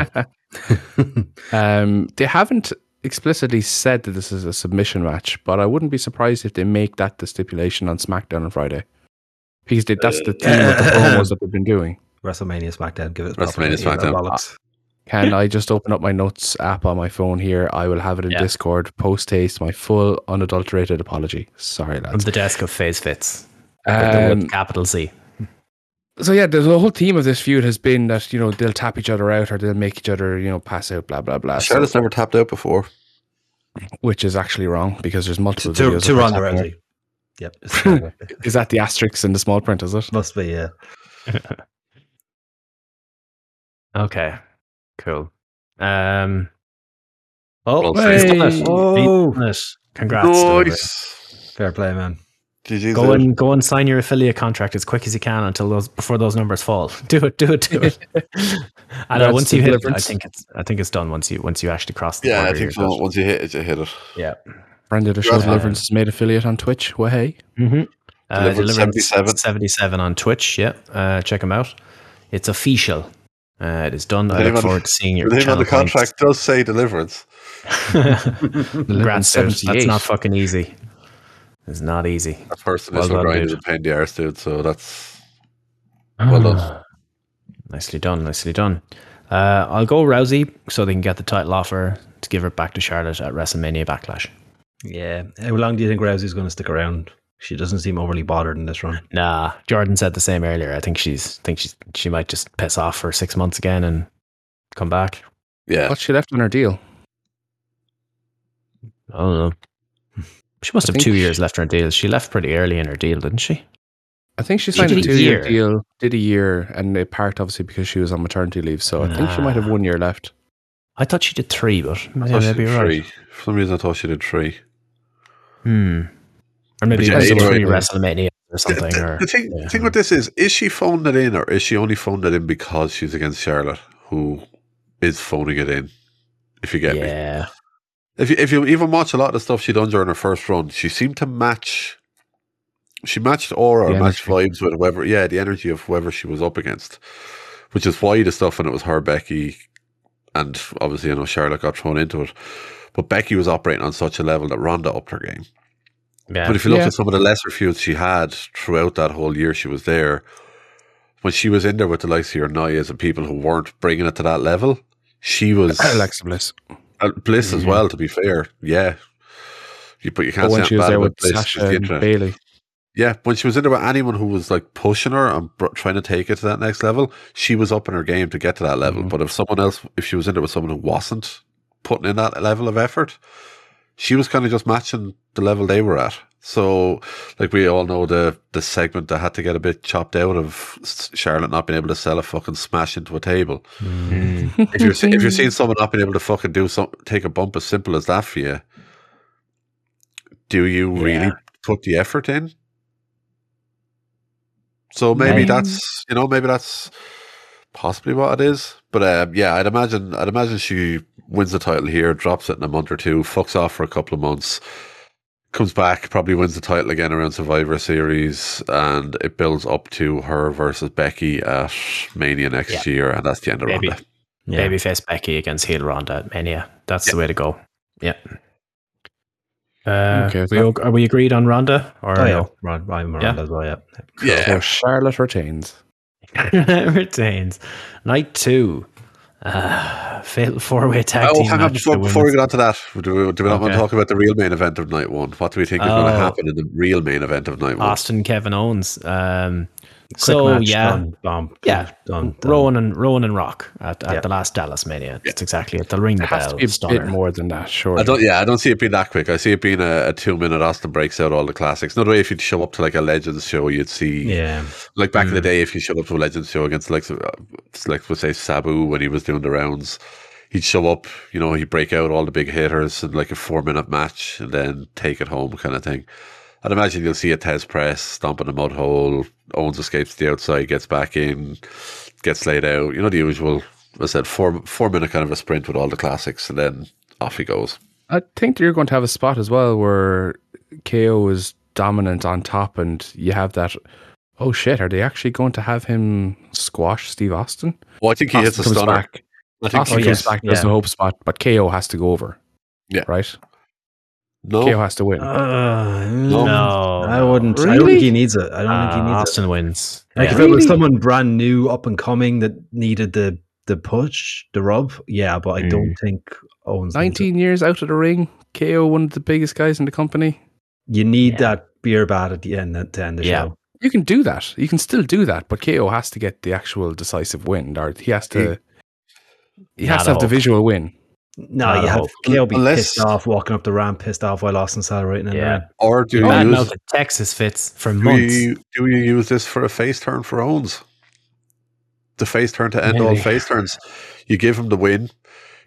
Speaker 5: Um, they haven't explicitly said that this is a submission match, but I wouldn't be surprised if they make that the stipulation on SmackDown on Friday. Because they, that's the theme of the promos that they've been doing.
Speaker 7: WrestleMania SmackDown. Give it.
Speaker 6: WrestleMania
Speaker 7: proper name,
Speaker 6: SmackDown.
Speaker 7: bollocks.
Speaker 5: Can I just open up my notes app on my phone here? I will have it in
Speaker 4: Yeah.
Speaker 5: Discord post haste, my full unadulterated apology. Sorry,
Speaker 4: from
Speaker 5: lads.
Speaker 4: the desk of Phase Fits,
Speaker 5: Um,
Speaker 4: capital C.
Speaker 5: so yeah, the, the whole theme of this feud has been that you know they'll tap each other out or they'll make each other you know pass out, blah blah blah. So-
Speaker 6: Charlotte's never tapped out before.
Speaker 5: which is actually wrong because there's multiple
Speaker 7: To, to,
Speaker 5: videos.
Speaker 7: to
Speaker 5: of her
Speaker 7: Ronda
Speaker 5: tapping out.
Speaker 7: Rousey. Yep. it's the other way.
Speaker 5: Is that the asterisk in the small print? Is it?
Speaker 7: Must be. Yeah.
Speaker 4: Okay, cool. Um, oh,
Speaker 6: Well, she's
Speaker 4: he's done it.
Speaker 5: hey.
Speaker 4: He's done it. Congrats. Delivery.
Speaker 6: Nice.
Speaker 7: Fair play, man.
Speaker 6: GG's
Speaker 4: Go
Speaker 6: out.
Speaker 4: and go and sign your affiliate contract as quick as you can until those before those numbers fall. Do it, do it, do it. and uh,
Speaker 5: That's
Speaker 4: once
Speaker 5: the
Speaker 4: you hit, it, I
Speaker 5: difference.
Speaker 4: think it's I think it's done once you once you actually cross the
Speaker 6: Yeah, I
Speaker 4: border,
Speaker 6: think
Speaker 4: you're
Speaker 6: so. once you hit it, you hit it.
Speaker 5: Brenda the show
Speaker 6: Right.
Speaker 5: Deliverance is made affiliate on Twitch. Well, hey,
Speaker 4: good. Mhm. Uh,
Speaker 6: Deliverance
Speaker 4: Deliverance
Speaker 6: 77.
Speaker 4: 77 on Twitch. Yeah, uh, check them out. It's official. Uh, it is done. I
Speaker 6: Name
Speaker 4: look
Speaker 6: on-
Speaker 4: forward to seeing your
Speaker 6: The name on
Speaker 4: channel
Speaker 6: the contract
Speaker 4: points.
Speaker 6: does say deliverance.
Speaker 4: Congrats, dude. That's
Speaker 5: 78.
Speaker 4: not fucking easy. It's not easy.
Speaker 6: That person
Speaker 4: Well
Speaker 6: is
Speaker 4: done,
Speaker 6: grind is
Speaker 4: dude.
Speaker 6: a pain in the arse, dude. So that's well done.
Speaker 4: Ah. Nicely done, nicely done. Uh, I'll go Rousey so they can get the title off her to give it back to Charlotte at WrestleMania Backlash.
Speaker 7: Yeah. How long do you think Rousey's going to stick around? She doesn't seem overly bothered in this run.
Speaker 4: Nah, Jordan said the same earlier. I think she's think she's she might just piss off for six months again and come back.
Speaker 6: Yeah.
Speaker 5: What's she left on her deal?
Speaker 4: I don't know. She must
Speaker 5: I
Speaker 4: have
Speaker 5: think
Speaker 4: two
Speaker 5: she-
Speaker 4: years left on her deal. She left pretty early in her deal, didn't she?
Speaker 5: I think she
Speaker 4: She
Speaker 5: signed
Speaker 4: did
Speaker 5: a
Speaker 4: a
Speaker 5: two year
Speaker 4: year.
Speaker 5: deal, did a year, and it parked obviously because she was on maternity leave. So I think she might have
Speaker 4: Nah.
Speaker 5: one year left.
Speaker 4: I thought she did three, but
Speaker 6: I
Speaker 4: maybe,
Speaker 6: thought she
Speaker 4: maybe
Speaker 6: did
Speaker 4: you're
Speaker 6: three.
Speaker 4: right.
Speaker 6: For some reason, I thought she did three.
Speaker 4: Hmm. Or maybe
Speaker 6: Which
Speaker 4: it was
Speaker 6: is
Speaker 4: pre
Speaker 6: right.
Speaker 4: WrestleMania or something.
Speaker 6: The,
Speaker 4: or,
Speaker 6: the thing,
Speaker 4: yeah.
Speaker 6: the thing with this is, is she phoning it in, or is she only phoning it in because she's against Charlotte, who is phoning it in? If you get me,
Speaker 4: yeah.
Speaker 6: if you, if you even watch a lot of the stuff she done during her first run, she seemed to match. She matched aura,
Speaker 4: The
Speaker 6: or matched vibes with whoever. Yeah, the energy of whoever she was up against, which is why the stuff when it was her Becky, and obviously I know Charlotte got thrown into it, but Becky was operating on such a level that Ronda upped her game.
Speaker 4: Yeah.
Speaker 6: But if you look
Speaker 5: Yeah.
Speaker 6: at some of the lesser feuds she had throughout that whole year she was there, when she was in there with the likes of your Nyas and people who weren't bringing it to that level, she was
Speaker 5: Alexa Bliss.
Speaker 6: uh, Bliss as well. To be fair, yeah, you, but you
Speaker 5: Mm-hmm. But
Speaker 6: can't.
Speaker 5: when
Speaker 6: say
Speaker 5: she was
Speaker 6: I'm bad
Speaker 5: there
Speaker 6: about
Speaker 5: with
Speaker 6: Bliss, it's
Speaker 5: Sasha
Speaker 6: the
Speaker 5: and
Speaker 6: internet.
Speaker 5: Bailey,
Speaker 6: yeah, when she was in there with anyone who was like pushing her and br- trying to take it to that next level, she was up in her game to get to that level. But if someone else, if she was in there with someone who wasn't putting in that level of effort, she was kind of just matching the level they were at. So, like we all know, the the segment that had to get a bit chopped out of S- Charlotte not being able to sell a fucking smash into a table. if you're se- if you're seeing someone not being able to fucking do some take a bump as simple as that for you, do you really put the effort in? So maybe
Speaker 4: Maybe.
Speaker 6: that's you know maybe that's possibly what it is. But um, yeah, I'd imagine I'd imagine she wins the title here, drops it in a month or two, fucks off for a couple of months, comes back, probably wins the title again around Survivor Series, and it builds up to her versus Becky at Mania next
Speaker 4: Yeah.
Speaker 6: year, and that's the end of
Speaker 4: Maybe.
Speaker 6: Ronda.
Speaker 7: Yeah.
Speaker 4: Babyface Becky against heel Ronda at Mania. That's the way to go. Yeah. Uh,
Speaker 5: Okay,
Speaker 4: we
Speaker 5: so-
Speaker 4: all- are we agreed on Ronda? Or
Speaker 7: Oh, yeah.
Speaker 4: no?
Speaker 7: Ron, Ryan Miranda
Speaker 4: Yeah.
Speaker 7: as well, yeah.
Speaker 5: so Charlotte retains.
Speaker 4: retains. Night two. Uh, fatal four way tag
Speaker 6: Oh,
Speaker 4: team.
Speaker 6: hang on,
Speaker 4: match
Speaker 6: before,
Speaker 4: for
Speaker 6: before we
Speaker 4: women's-
Speaker 6: get on to that, do we, do we not want
Speaker 4: Okay.
Speaker 6: to talk about the real main event of night one? What do we think is going
Speaker 4: Oh. Ah,
Speaker 6: to happen in the real main event of night one?
Speaker 4: Austin Kevin Owens. Um,
Speaker 7: Quick
Speaker 4: so
Speaker 7: match,
Speaker 4: yeah,
Speaker 7: done, bump,
Speaker 4: Yeah.
Speaker 7: done, done.
Speaker 4: Rowan and Rowan and Rock at, at
Speaker 7: Yeah.
Speaker 4: the last Dallas Mania. That's exactly it. They'll ring the
Speaker 5: It has
Speaker 4: bell.
Speaker 5: to be a
Speaker 4: stunner.
Speaker 5: bit more than that, sure.
Speaker 6: I don't. Yeah, I don't see it being that quick. I see it being a, a two-minute Austin breaks out all the classics. Not way if you'd show up to like a Legends show, you'd see
Speaker 7: Yeah.
Speaker 6: like back in
Speaker 5: Mm.
Speaker 6: the day if you showed up to a Legends show against like uh, like we'll say Sabu when he was doing the rounds, he'd show up. You know, he'd break out all the big hitters in like a four-minute match and then take it home kind of thing. I'd imagine you'll see a Tez press, stomp in a mud hole. Owens escapes to the outside, gets back in, gets laid out. You know the usual. I said four four minute kind of a sprint with all the classics, and then off he goes.
Speaker 5: I think that you're going to have a spot as well where KO is dominant on top, and you have that. Oh shit! Are they actually going to have him squash Steve Austin?
Speaker 6: Well, I think he
Speaker 5: Austin
Speaker 6: hits a
Speaker 5: comes
Speaker 6: stunner.
Speaker 5: back.
Speaker 6: I think
Speaker 5: Austin
Speaker 6: he
Speaker 5: comes
Speaker 6: hits-
Speaker 5: back. There's
Speaker 4: yeah.
Speaker 5: no hope spot, but KO has to go over.
Speaker 6: Yeah. Oh.
Speaker 5: Right.
Speaker 6: No,
Speaker 5: KO has to win.
Speaker 7: Uh,
Speaker 6: No.
Speaker 4: No,
Speaker 7: I wouldn't. I don't
Speaker 5: Really?
Speaker 7: think he needs it. I don't
Speaker 4: Uh,
Speaker 7: think he needs it.
Speaker 4: Austin wins.
Speaker 7: Like
Speaker 4: Yeah.
Speaker 7: if it was someone brand new, up and coming that needed the the push, the rub, yeah. But I don't think Owens. needs it.
Speaker 5: 19 years out of the ring. KO, one of the biggest guys in the company.
Speaker 7: You need
Speaker 4: Yeah.
Speaker 7: that beer bat at the end at the end of the
Speaker 4: Yeah.
Speaker 7: show.
Speaker 5: You can do that. You can still do that, but KO has to get the actual decisive win, or he has to. He, has
Speaker 4: Not
Speaker 5: to have
Speaker 4: a
Speaker 5: the
Speaker 4: hope.
Speaker 5: visual win.
Speaker 7: No,
Speaker 4: Not
Speaker 7: you
Speaker 4: a
Speaker 7: have
Speaker 4: hope.
Speaker 7: Gail be
Speaker 6: Unless-
Speaker 7: pissed off, walking up the ramp, pissed off while Austin's celebrating. in the
Speaker 4: Yeah.
Speaker 7: ring.
Speaker 6: or do
Speaker 4: Bad
Speaker 6: you, use,
Speaker 4: mouth at Texas fits for
Speaker 6: do,
Speaker 4: months.
Speaker 6: you, do you use this for a face turn for Owens? The face turn to end all
Speaker 4: Maybe.
Speaker 6: face turns. You give him the win.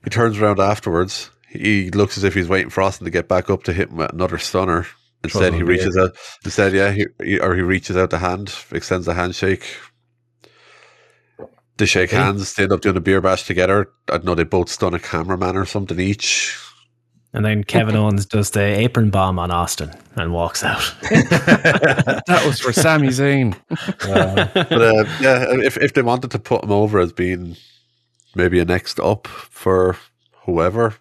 Speaker 6: He turns around afterwards. He looks as if he's waiting for Austin to get back up to hit him with another stunner. Instead, he
Speaker 7: Trouble,
Speaker 6: reaches out. Instead, yeah, he, he- or he reaches out the hand, extends the handshake. They shake hands. They end up doing a beer bash together. I don't know. They both stun a cameraman or something each.
Speaker 4: And then Kevin Owens does the apron bomb on Austin and walks out.
Speaker 5: That was for Sami Zayn.
Speaker 6: but uh, yeah, if if they wanted to put him over as being maybe a next up for whoever,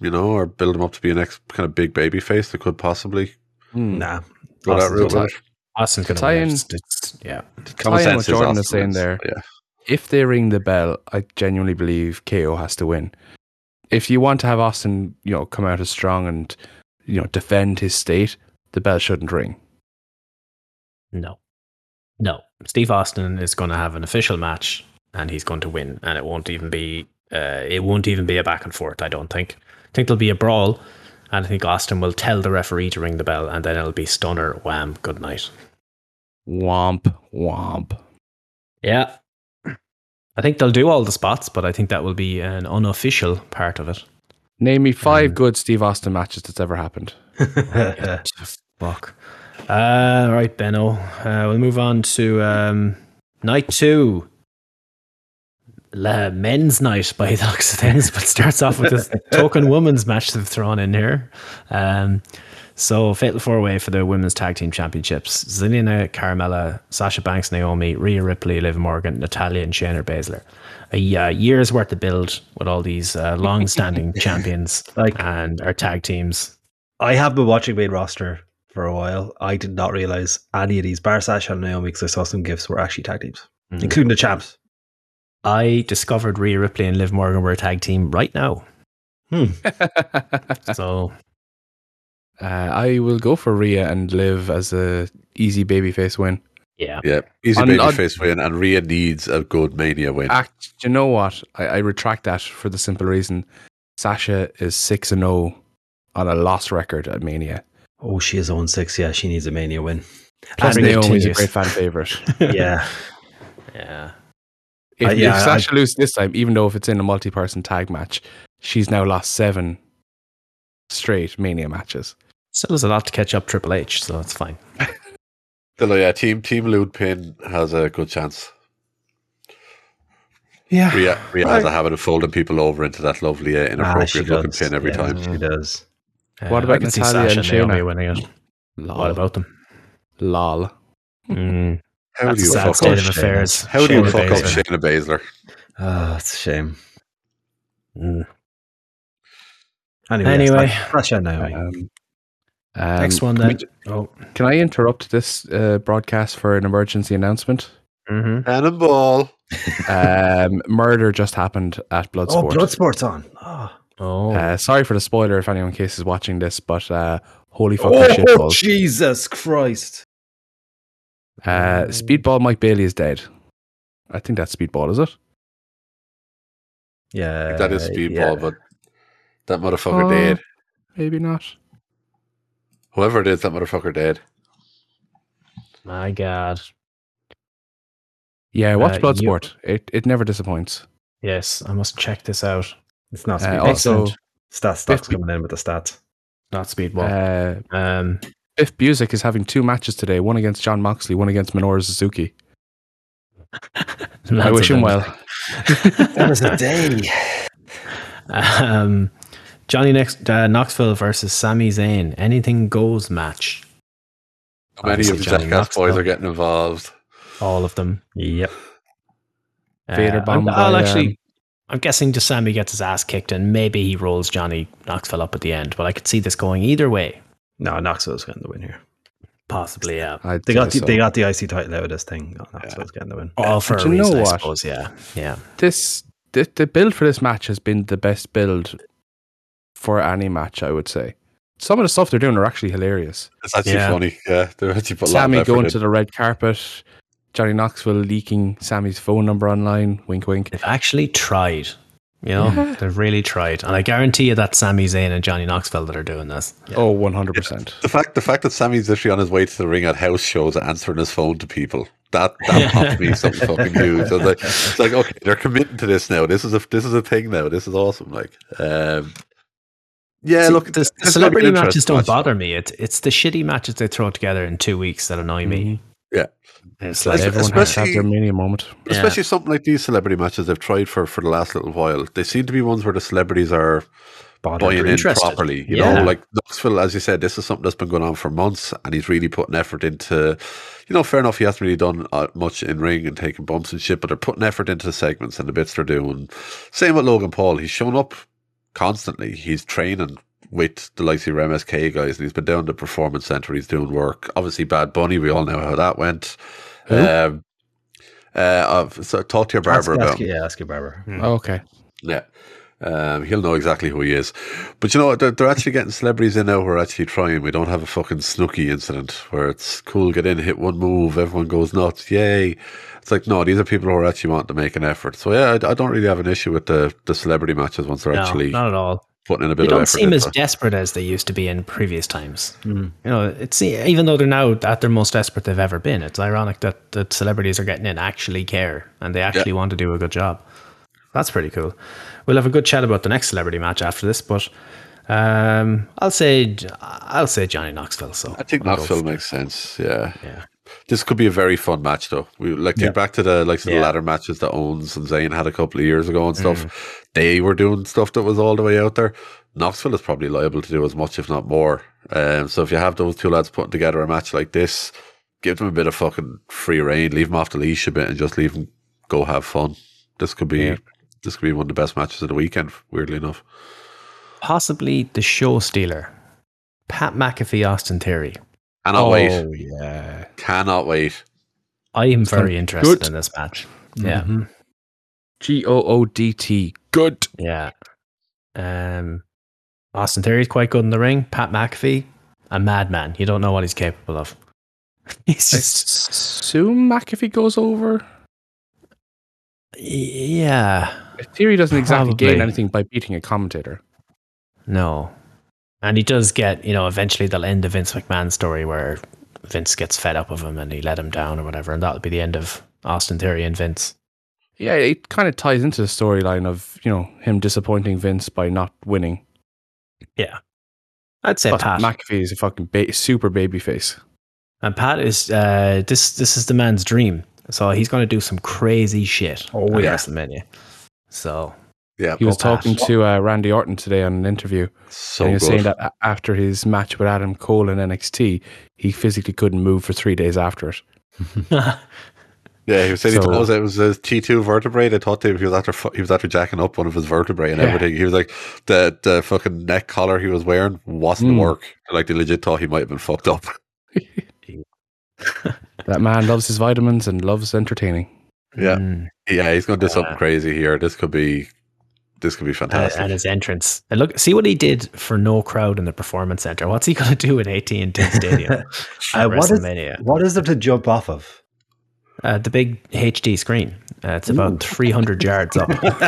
Speaker 6: you know, or build him up to be a next kind of big baby face, they could possibly
Speaker 5: Hmm.
Speaker 7: Nah,
Speaker 6: go that
Speaker 4: Austin's
Speaker 6: route.
Speaker 4: gonna
Speaker 6: with it.
Speaker 4: Austin's going to
Speaker 5: Tie
Speaker 4: win.
Speaker 5: in-
Speaker 4: It's, it's- yeah.
Speaker 6: Common
Speaker 5: tie in
Speaker 6: sense
Speaker 5: what
Speaker 6: is
Speaker 5: Jordan is
Speaker 6: Austin
Speaker 5: saying
Speaker 6: wins.
Speaker 5: there.
Speaker 6: Yeah,
Speaker 5: If they ring the bell, I genuinely believe KO has to win. If you want to have Austin, you know, come out as strong and you know, defend his state, the bell shouldn't ring.
Speaker 4: No. No. Steve Austin is going to have an official match and he's going to win and it won't even be uh, it won't even be a back and forth, I don't think. I think there'll be a brawl and I think Austin will tell the referee to ring the bell and then it'll be stunner wham good night.
Speaker 5: Womp womp.
Speaker 4: Yeah. I think they'll do all the spots, but I think that will be an unofficial part of it.
Speaker 5: Name me five good Steve Austin matches that's ever happened.
Speaker 4: Fuck. Uh, right, Benno. Uh, we'll move on to um, night two. La men's night by the looks of things, but starts off with this token women's match they've thrown in here. Um, so, fatal four way for the women's tag team championships Zelina, Carmella, Sasha Banks, Naomi, Rhea Ripley, Liv Morgan, Natalia, and Shayna Baszler. A uh, year's worth of build with all these uh, long standing champions
Speaker 7: Like-
Speaker 4: and our tag teams.
Speaker 7: I have been watching main roster for a while. I did not realize any of these, bar Sasha and Naomi, because I saw some gifs were actually tag teams,
Speaker 4: Mm.
Speaker 7: including the champs.
Speaker 4: I discovered Rhea Ripley and Liv Morgan were a tag team right now.
Speaker 5: uh,
Speaker 4: So
Speaker 5: I will go for Rhea and Liv as a easy babyface win.
Speaker 4: yeah,
Speaker 6: Yeah, easy
Speaker 5: On- Ah. on-
Speaker 6: babyface win, and Rhea needs a good Mania win.
Speaker 5: Act, do you know what? I, I retract that for the simple reason Sasha is 6 and 0 on a loss record at Mania.
Speaker 7: Oh, she is own six. Yeah, she needs a mania win.
Speaker 5: Plus,
Speaker 4: And
Speaker 5: Naomi's a
Speaker 4: continues.
Speaker 5: great fan favorite.
Speaker 7: yeah.
Speaker 4: yeah,
Speaker 5: If,
Speaker 7: Uh, yeah,
Speaker 5: if
Speaker 7: I-
Speaker 5: Sasha loses this time, even though if it's in a multi-person tag match, she's now lost seven straight Mania matches.
Speaker 4: still there's a lot to catch up Triple H, so it's fine.
Speaker 6: Still, yeah, team team Lude Pin has a good chance.
Speaker 5: Yeah,
Speaker 6: Rhea, Rhea has a habit of folding people over into that lovely, uh,
Speaker 7: Ah, she
Speaker 6: inappropriate looking
Speaker 7: does.
Speaker 6: pin every
Speaker 7: Yeah,
Speaker 6: time.
Speaker 7: She does.
Speaker 5: What
Speaker 4: Uh,
Speaker 5: about
Speaker 4: I can see
Speaker 5: Natalia
Speaker 4: Sasha
Speaker 5: and
Speaker 4: Naomi
Speaker 5: Shayna?
Speaker 4: winning it?
Speaker 5: lol.
Speaker 4: What about them?
Speaker 5: lol? Um,
Speaker 4: Mm,
Speaker 6: How
Speaker 4: that's
Speaker 6: do
Speaker 4: a
Speaker 6: you
Speaker 4: sad
Speaker 6: fuck up?
Speaker 4: state
Speaker 7: Shayna?
Speaker 4: of affairs.
Speaker 6: How do you
Speaker 4: Shayna
Speaker 6: fuck up
Speaker 4: Baszler.
Speaker 6: Shayna Baszler?
Speaker 7: Oh, it's a shame.
Speaker 4: Mm.
Speaker 7: Anyway,
Speaker 4: Anyway.
Speaker 7: yes, Sasha and Naomi.
Speaker 5: Um,
Speaker 4: Next one
Speaker 5: can we
Speaker 4: then.
Speaker 5: j-
Speaker 4: Oh,
Speaker 5: Can I interrupt this uh, broadcast for an emergency announcement?
Speaker 4: mm-hmm.
Speaker 6: Cannonball.
Speaker 5: um, murder just happened at
Speaker 7: oh,
Speaker 5: Bloodsport.
Speaker 7: Bloodsport's on. Oh.
Speaker 4: oh,
Speaker 5: uh, sorry for the spoiler if anyone case is watching this, but uh, holy fucking
Speaker 7: Oh,
Speaker 5: shitballs!
Speaker 7: Jesus Christ.
Speaker 5: Uh, Speedball Mike Bailey is dead. I think that's Speedball, is it?
Speaker 7: Yeah.
Speaker 6: That is
Speaker 7: yeah.
Speaker 6: speedball, but that motherfucker
Speaker 5: Oh.
Speaker 6: dead.
Speaker 5: Maybe not.
Speaker 6: Whoever it is, that motherfucker dead.
Speaker 4: my god.
Speaker 5: Yeah,
Speaker 4: Uh,
Speaker 5: watch
Speaker 4: you-
Speaker 5: Bloodsport. It it never disappoints.
Speaker 4: Yes, I must check this out.
Speaker 7: It's not
Speaker 5: Uh,
Speaker 7: speedball.
Speaker 5: also,
Speaker 7: stats, stats
Speaker 5: Fifty-
Speaker 7: coming in with the stats.
Speaker 4: Not Speedball.
Speaker 5: uh,
Speaker 4: um,
Speaker 5: Biff Busick is having two matches today: one against John Moxley, one against Minoru Suzuki. I wish him well.
Speaker 7: That was a day.
Speaker 4: Um, Johnny next uh, Knoxville versus Sami Zayn. Anything goes match.
Speaker 6: How many of
Speaker 4: Obviously,
Speaker 6: the
Speaker 4: Johnny
Speaker 6: jackass boys
Speaker 4: Knoxville.
Speaker 6: are getting involved?
Speaker 4: All of them.
Speaker 7: Yep.
Speaker 5: Vader
Speaker 4: Uh,
Speaker 5: bomb
Speaker 4: I'm- I'll
Speaker 5: by,
Speaker 4: actually.
Speaker 5: um,
Speaker 4: I'm guessing just Sammy gets his ass kicked and maybe he rolls Johnny Knoxville up at the end. But I could see this going either way.
Speaker 7: No, Knoxville's getting the win here.
Speaker 4: Possibly, yeah.
Speaker 5: I'd
Speaker 7: They
Speaker 5: say
Speaker 7: got the,
Speaker 5: so.
Speaker 7: they got the IC title out of this thing. No, Knoxville's getting the win.
Speaker 4: All for a
Speaker 5: you know
Speaker 4: reason, I
Speaker 5: what?
Speaker 4: suppose. Yeah, yeah.
Speaker 5: this. The, the build for this match has been the best build for any match, I would say. Some of the stuff they're doing are actually hilarious.
Speaker 6: It's actually
Speaker 4: Yeah.
Speaker 6: funny. Yeah, they're actually put a lot of
Speaker 5: Sammy
Speaker 6: effort
Speaker 5: going
Speaker 6: in.
Speaker 5: to the red carpet, Johnny Knoxville leaking Sammy's phone number online. Wink, wink.
Speaker 4: They've actually tried. You know, they've really tried, and I guarantee you that Sami Zayn and Johnny Knoxville that are doing this.
Speaker 5: Oh, 100%.
Speaker 6: The fact, the fact that Sammy's literally on his way to the ring at house shows answering his phone to people. That that popped me some fucking news. I was like, it's like okay, they're committing to this now. This is a this is a thing now. This is awesome. Like, um, yeah,
Speaker 4: See,
Speaker 6: look,
Speaker 4: the,
Speaker 6: this
Speaker 4: the
Speaker 6: is gonna be an
Speaker 4: celebrity matches
Speaker 6: interesting
Speaker 4: don't
Speaker 6: match.
Speaker 4: bother me. It's it's the shitty matches they throw together in two weeks that annoy
Speaker 6: Mm-hmm.
Speaker 4: me.
Speaker 6: Yeah.
Speaker 4: it's
Speaker 6: Like,
Speaker 4: like
Speaker 5: Mm-hmm. Everyone has to have
Speaker 6: especially-
Speaker 5: their mania moment.
Speaker 4: Yeah.
Speaker 6: Especially something like these celebrity matches they've tried for for the last little while. They seem to be ones where the celebrities are buying in
Speaker 4: interested.
Speaker 6: properly. You
Speaker 4: Yeah.
Speaker 6: know, like Knoxville, as you said, this is something that's been going on for months, and he's really putting effort into. You know, fair enough, he hasn't really done uh, much in ring and taking bumps and shit, but they're putting effort into the segments and the bits they're doing. Same with Logan Paul. He's shown up constantly. He's training with the likes of your MSK guys, and he's been down to the performance center. He's doing work. Obviously, Bad Bunny. We all know how that went. Um, uh, I've so talk to your barber
Speaker 7: ask,
Speaker 6: about.
Speaker 7: ask, yeah, ask your barber.
Speaker 5: Oh, Okay.
Speaker 6: Yeah. Um, he'll know exactly who he is. But you know what? They're, they're actually getting celebrities in now who are actually trying. We don't have a fucking Snooky incident where it's cool, get in, hit one move, everyone goes nuts, yay. It's like, no, these are people who are actually wanting to make an effort. So yeah, I, I don't really have an issue with the, the celebrity matches once they're
Speaker 4: No,
Speaker 6: actually
Speaker 4: not at all.
Speaker 6: putting in a bit
Speaker 4: They
Speaker 6: of
Speaker 4: don't
Speaker 6: effort.
Speaker 4: seem as
Speaker 6: into it.
Speaker 4: desperate as they used to be in previous times. You know, it's even though they're now at their most desperate they've ever been. It's ironic that that celebrities are getting in actually care and they actually want to do a good job. That's pretty cool. We'll have a good chat about the next celebrity match after this, but um, I'll say I'll say Johnny Knoxville. So
Speaker 6: I think
Speaker 4: I'll go
Speaker 6: Knoxville makes sense. Yeah.
Speaker 4: Yeah.
Speaker 6: This could be a very fun match, though. We like think back to the like the
Speaker 4: Yeah.
Speaker 6: ladder matches that Owens and Zayn had a couple of years ago and stuff.
Speaker 5: Mm.
Speaker 6: They were doing stuff that was all the way out there. Knoxville is probably liable to do as much, if not more. Um, so if you have those two lads putting together a match like this, give them a bit of fucking free reign, leave them off the leash a bit, and just leave them go have fun. This could be this could be one of the best matches of the weekend. Weirdly enough,
Speaker 4: possibly the show stealer, Pat McAfee, Austin Theory.
Speaker 6: cannot wait,
Speaker 5: Oh yeah.
Speaker 6: cannot wait.
Speaker 4: I am very interested
Speaker 5: good.
Speaker 4: in this match.
Speaker 7: Hmm.
Speaker 4: Yeah.
Speaker 7: Mm-hmm.
Speaker 5: G O O D T. Good.
Speaker 4: Yeah. Um, Austin Theory is quite good in the ring. Pat McAfee, a madman. You don't know what he's capable of. He's just,
Speaker 5: Assume McAfee goes over.
Speaker 4: yeah,
Speaker 5: Theory doesn't exactly gain
Speaker 4: Probably.
Speaker 5: anything by beating a commentator.
Speaker 4: no. And he does get, you know, eventually they'll end the Vince McMahon story where Vince gets fed up of him and he let him down or whatever. And that'll be the end of Austin Theory and Vince.
Speaker 5: Yeah, it kind of ties into the storyline of you know him disappointing Vince by not winning.
Speaker 4: I'd say
Speaker 5: But
Speaker 4: Pat.
Speaker 5: McAfee is a fucking ba- super baby face.
Speaker 4: and Pat is, uh, this, this is the man's dream. So he's going to do some crazy shit
Speaker 5: Oh,
Speaker 4: at
Speaker 5: yeah.
Speaker 4: WrestleMania. So
Speaker 6: Yeah,
Speaker 5: He was
Speaker 4: Pat.
Speaker 5: talking to uh, Randy Orton today on an interview.
Speaker 6: so
Speaker 5: and he
Speaker 6: good.
Speaker 5: was saying that a- after his match with Adam Cole in NXT, he physically couldn't move for three days after it.
Speaker 6: Yeah, he was saying
Speaker 5: So-
Speaker 6: he thought it was his T two vertebrae. They thought they, he was after fu- he was after jacking up one of his vertebrae and
Speaker 5: Yeah.
Speaker 6: everything. He was like the the fucking neck collar he was wearing wasn't
Speaker 4: Hmm.
Speaker 5: Mm.
Speaker 6: work. Like they legit thought he might have been fucked up.
Speaker 5: That man loves his vitamins and loves entertaining.
Speaker 6: Yeah.
Speaker 4: Mm.
Speaker 6: Yeah, he's gonna do something crazy here. This could be this could be
Speaker 4: Uh,
Speaker 6: fantastic.
Speaker 4: and his entrance. And look, see what he did for no crowd in the performance center. What's he going to do at AT and T Stadium? at
Speaker 7: Uh, what is-
Speaker 4: WrestleMania?
Speaker 7: What is there to jump off of?
Speaker 4: Uh, the big HD screen. Uh, it's about 300 yards up.
Speaker 6: yeah,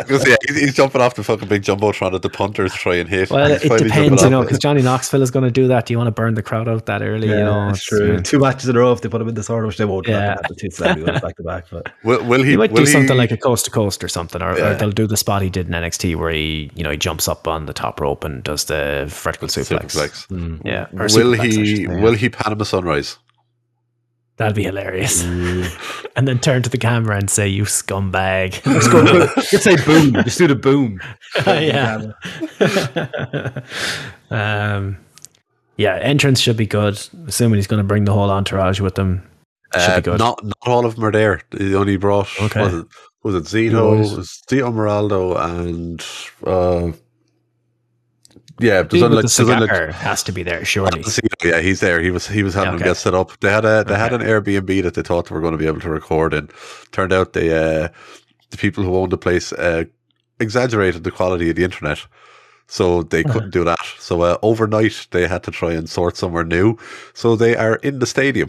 Speaker 6: because yeah, he's, he's jumping off the fucking big jumbotron that the punters try and hit.
Speaker 4: Well,
Speaker 6: He's
Speaker 4: it
Speaker 6: finally
Speaker 4: depends,
Speaker 6: jumping
Speaker 4: you know,
Speaker 6: off
Speaker 4: because
Speaker 6: it.
Speaker 4: Johnny Knoxville is going to do that. Do you want to burn the crowd out that early? you know,
Speaker 7: that's
Speaker 4: it's- uh,
Speaker 7: true. Two matches in a row if they put them in this order, which they won't.
Speaker 4: Yeah.
Speaker 7: Yeah. Two celebrity ones back to back, but
Speaker 6: will, will he,
Speaker 4: He might
Speaker 6: will
Speaker 4: do something
Speaker 6: he-
Speaker 4: like a coast to coast or something, or,
Speaker 6: Yeah.
Speaker 4: or they'll do the spot he did in NXT where he, you know, he jumps up on the top rope and does the vertical suplex.
Speaker 6: Superplex.
Speaker 7: hmm.
Speaker 4: Yeah. or
Speaker 6: Will
Speaker 4: superplex, I should
Speaker 6: he
Speaker 4: say.
Speaker 6: will he Panama sunrise?
Speaker 4: That'd be hilarious.
Speaker 7: Mm.
Speaker 4: and then turn to the camera and say, "You scumbag."
Speaker 7: just go. boom. Just say boom. Just do the boom.
Speaker 4: yeah. um, yeah. Entrance should be good. Assuming he's going to bring the whole entourage with him. Should
Speaker 6: Uh,
Speaker 4: be good.
Speaker 6: Not not all of them are there. They only brought
Speaker 4: Okay.
Speaker 6: was it was it Zeno, Zito Moraldo, and uh, yeah, there's
Speaker 4: Dude
Speaker 6: only
Speaker 4: with
Speaker 6: like,
Speaker 4: the
Speaker 6: there's only like-
Speaker 4: cigar has to be there, surely.
Speaker 6: Zito, yeah, he's there. He was he was having
Speaker 4: Okay.
Speaker 6: them get set up. They had a they had an Airbnb that they thought they were going to be able to record in. Turned out they uh, the people who owned the place uh, exaggerated the quality of the internet. So they
Speaker 7: Uh-huh.
Speaker 6: couldn't do that. So uh, overnight they had to try and sort somewhere new. So they are in the stadium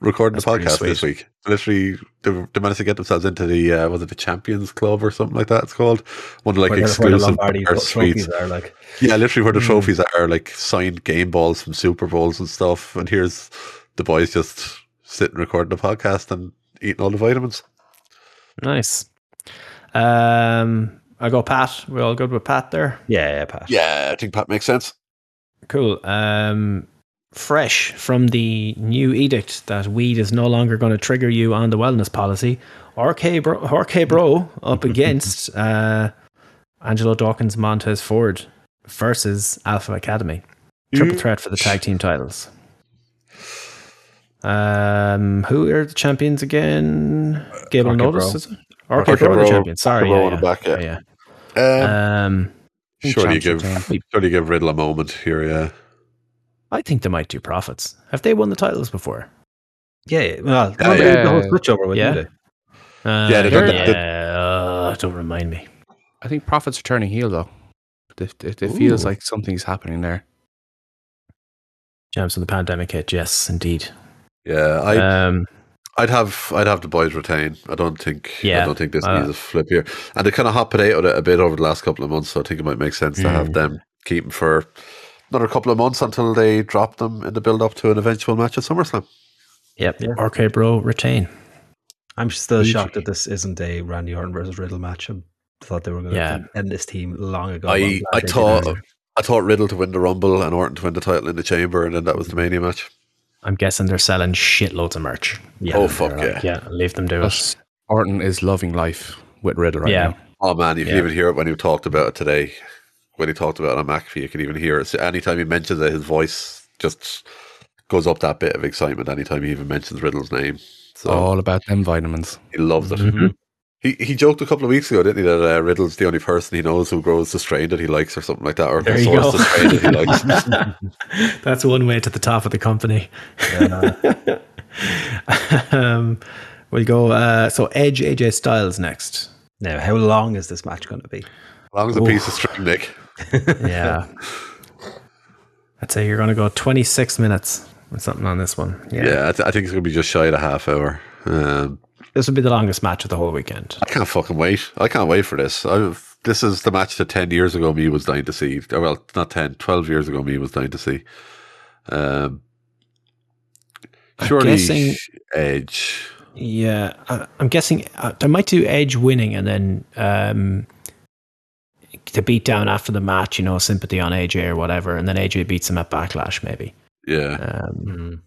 Speaker 6: recording the
Speaker 4: pretty
Speaker 6: podcast this
Speaker 4: sweet.
Speaker 6: week. Literally, they, they managed to get themselves into the uh, was it the Champions Club or something like that? It's called one of like
Speaker 7: Where the- where the
Speaker 6: exclusive
Speaker 7: Lombardi
Speaker 6: bar suites.
Speaker 7: trophies are like.
Speaker 6: Yeah, literally
Speaker 4: Hmm.
Speaker 6: where the trophies are like signed game balls from Super Bowls and stuff. And here's the boys just sitting recording the podcast and eating all the vitamins.
Speaker 4: Nice. Um, I go Pat. We're all good with Pat there.
Speaker 7: Yeah, yeah, Pat.
Speaker 6: Yeah, I think Pat makes sense.
Speaker 4: Cool. Um, fresh from the new edict that weed is no longer going to trigger you on the wellness policy. RK Bro, RK Bro up against uh, Angelo Dawkins, Montez Ford versus Alpha Academy. Triple threat for the tag team titles. Um, who are the champions again? Gable and
Speaker 7: RK
Speaker 4: Otis,
Speaker 7: Bro.
Speaker 4: is it? RK,
Speaker 6: RK
Speaker 4: Bro, are the
Speaker 6: Bro,
Speaker 4: champions. Sorry,
Speaker 6: RK Bro
Speaker 4: yeah,
Speaker 6: on
Speaker 4: yeah,
Speaker 6: the back, yeah.
Speaker 4: yeah,
Speaker 6: Um,
Speaker 4: yeah. Um,
Speaker 6: surely you give
Speaker 5: Champs retain.
Speaker 6: surely you give Riddle a moment here. Yeah,
Speaker 4: I think they might do profits. Have they won the titles before?
Speaker 7: Yeah, yeah. Well,
Speaker 6: Yeah,
Speaker 7: they did the whole
Speaker 5: yeah.
Speaker 7: switch over with,
Speaker 4: Yeah.
Speaker 7: didn't
Speaker 4: Uh,
Speaker 6: Yeah,
Speaker 4: yeah,
Speaker 6: they done that-
Speaker 4: uh, don't remind me.
Speaker 5: I think profits are turning heel though. It, it, it feels like something's happening there.
Speaker 4: Jams when the pandemic hit. Yes, indeed.
Speaker 6: Yeah, I
Speaker 4: um,
Speaker 6: I'd have I'd have the boys retain. I don't think
Speaker 4: Yeah,
Speaker 6: I don't think this
Speaker 4: uh,
Speaker 6: needs a flip here. And they kind of hot potatoed it a bit over the last couple of months, so I think it might make sense to
Speaker 4: Hmm.
Speaker 6: have them keep 'em for another couple of months until they drop them in the build up to an eventual match at SummerSlam.
Speaker 4: yep. RK Bro retain.
Speaker 7: I'm still shocked that this isn't a Randy Orton versus Riddle match. I thought they were going to
Speaker 4: Yeah.
Speaker 7: end this team long ago. I'm
Speaker 6: I
Speaker 7: glad
Speaker 6: I
Speaker 7: they
Speaker 6: thought
Speaker 7: didn't.
Speaker 6: I thought Riddle to win the Rumble and Orton to win the title in the Chamber, and then that was the Mania match.
Speaker 4: I'm guessing they're selling shitloads of merch. Yeah,
Speaker 6: Oh, fuck
Speaker 4: they're like, Yeah, leave them do it.
Speaker 5: Plus, Orton is loving life with Riddle right
Speaker 4: Yeah.
Speaker 5: now.
Speaker 6: Oh man, you can
Speaker 4: Yeah.
Speaker 6: even hear it when he talked about it today. When he talked about it on McAfee, you can even hear it. So anytime he mentions it, his voice just goes up that bit of excitement. Anytime he even mentions Riddle's name, so
Speaker 4: Oh.
Speaker 5: All about them vitamins.
Speaker 6: he loves it.
Speaker 4: Mm-hmm.
Speaker 6: He he joked a couple of weeks ago, didn't he, that uh, Riddle's the only person he knows who grows the strain that he likes, or something like that, or
Speaker 4: There you
Speaker 6: sorts
Speaker 4: go.
Speaker 6: the strain that he likes.
Speaker 4: That's one way to the top of the company. um, we'll go. Uh, so Edge AJ Styles next.
Speaker 7: Now, how long is this match going to be?
Speaker 6: As long as a piece of string, Nick.
Speaker 4: Yeah. I'd say you're going to go 26 minutes or something on this one. Yeah.
Speaker 6: Yeah, I, th- I think it's going to be just shy of a half hour. Um,
Speaker 4: This would be the longest match of the whole weekend.
Speaker 6: I can't fucking wait. I can't wait for this. I've, this is the match that 10 years ago me was dying to see. Oh, Well, not 10, 12 years ago me was dying to see. Um, surely
Speaker 4: guessing-
Speaker 6: Edge.
Speaker 4: Yeah. I, I'm guessing uh, they might do Edge winning and then um, the beatdown after the match, you know, sympathy on AJ or whatever. And then AJ beats him at Backlash, maybe.
Speaker 6: Yeah.
Speaker 4: Um,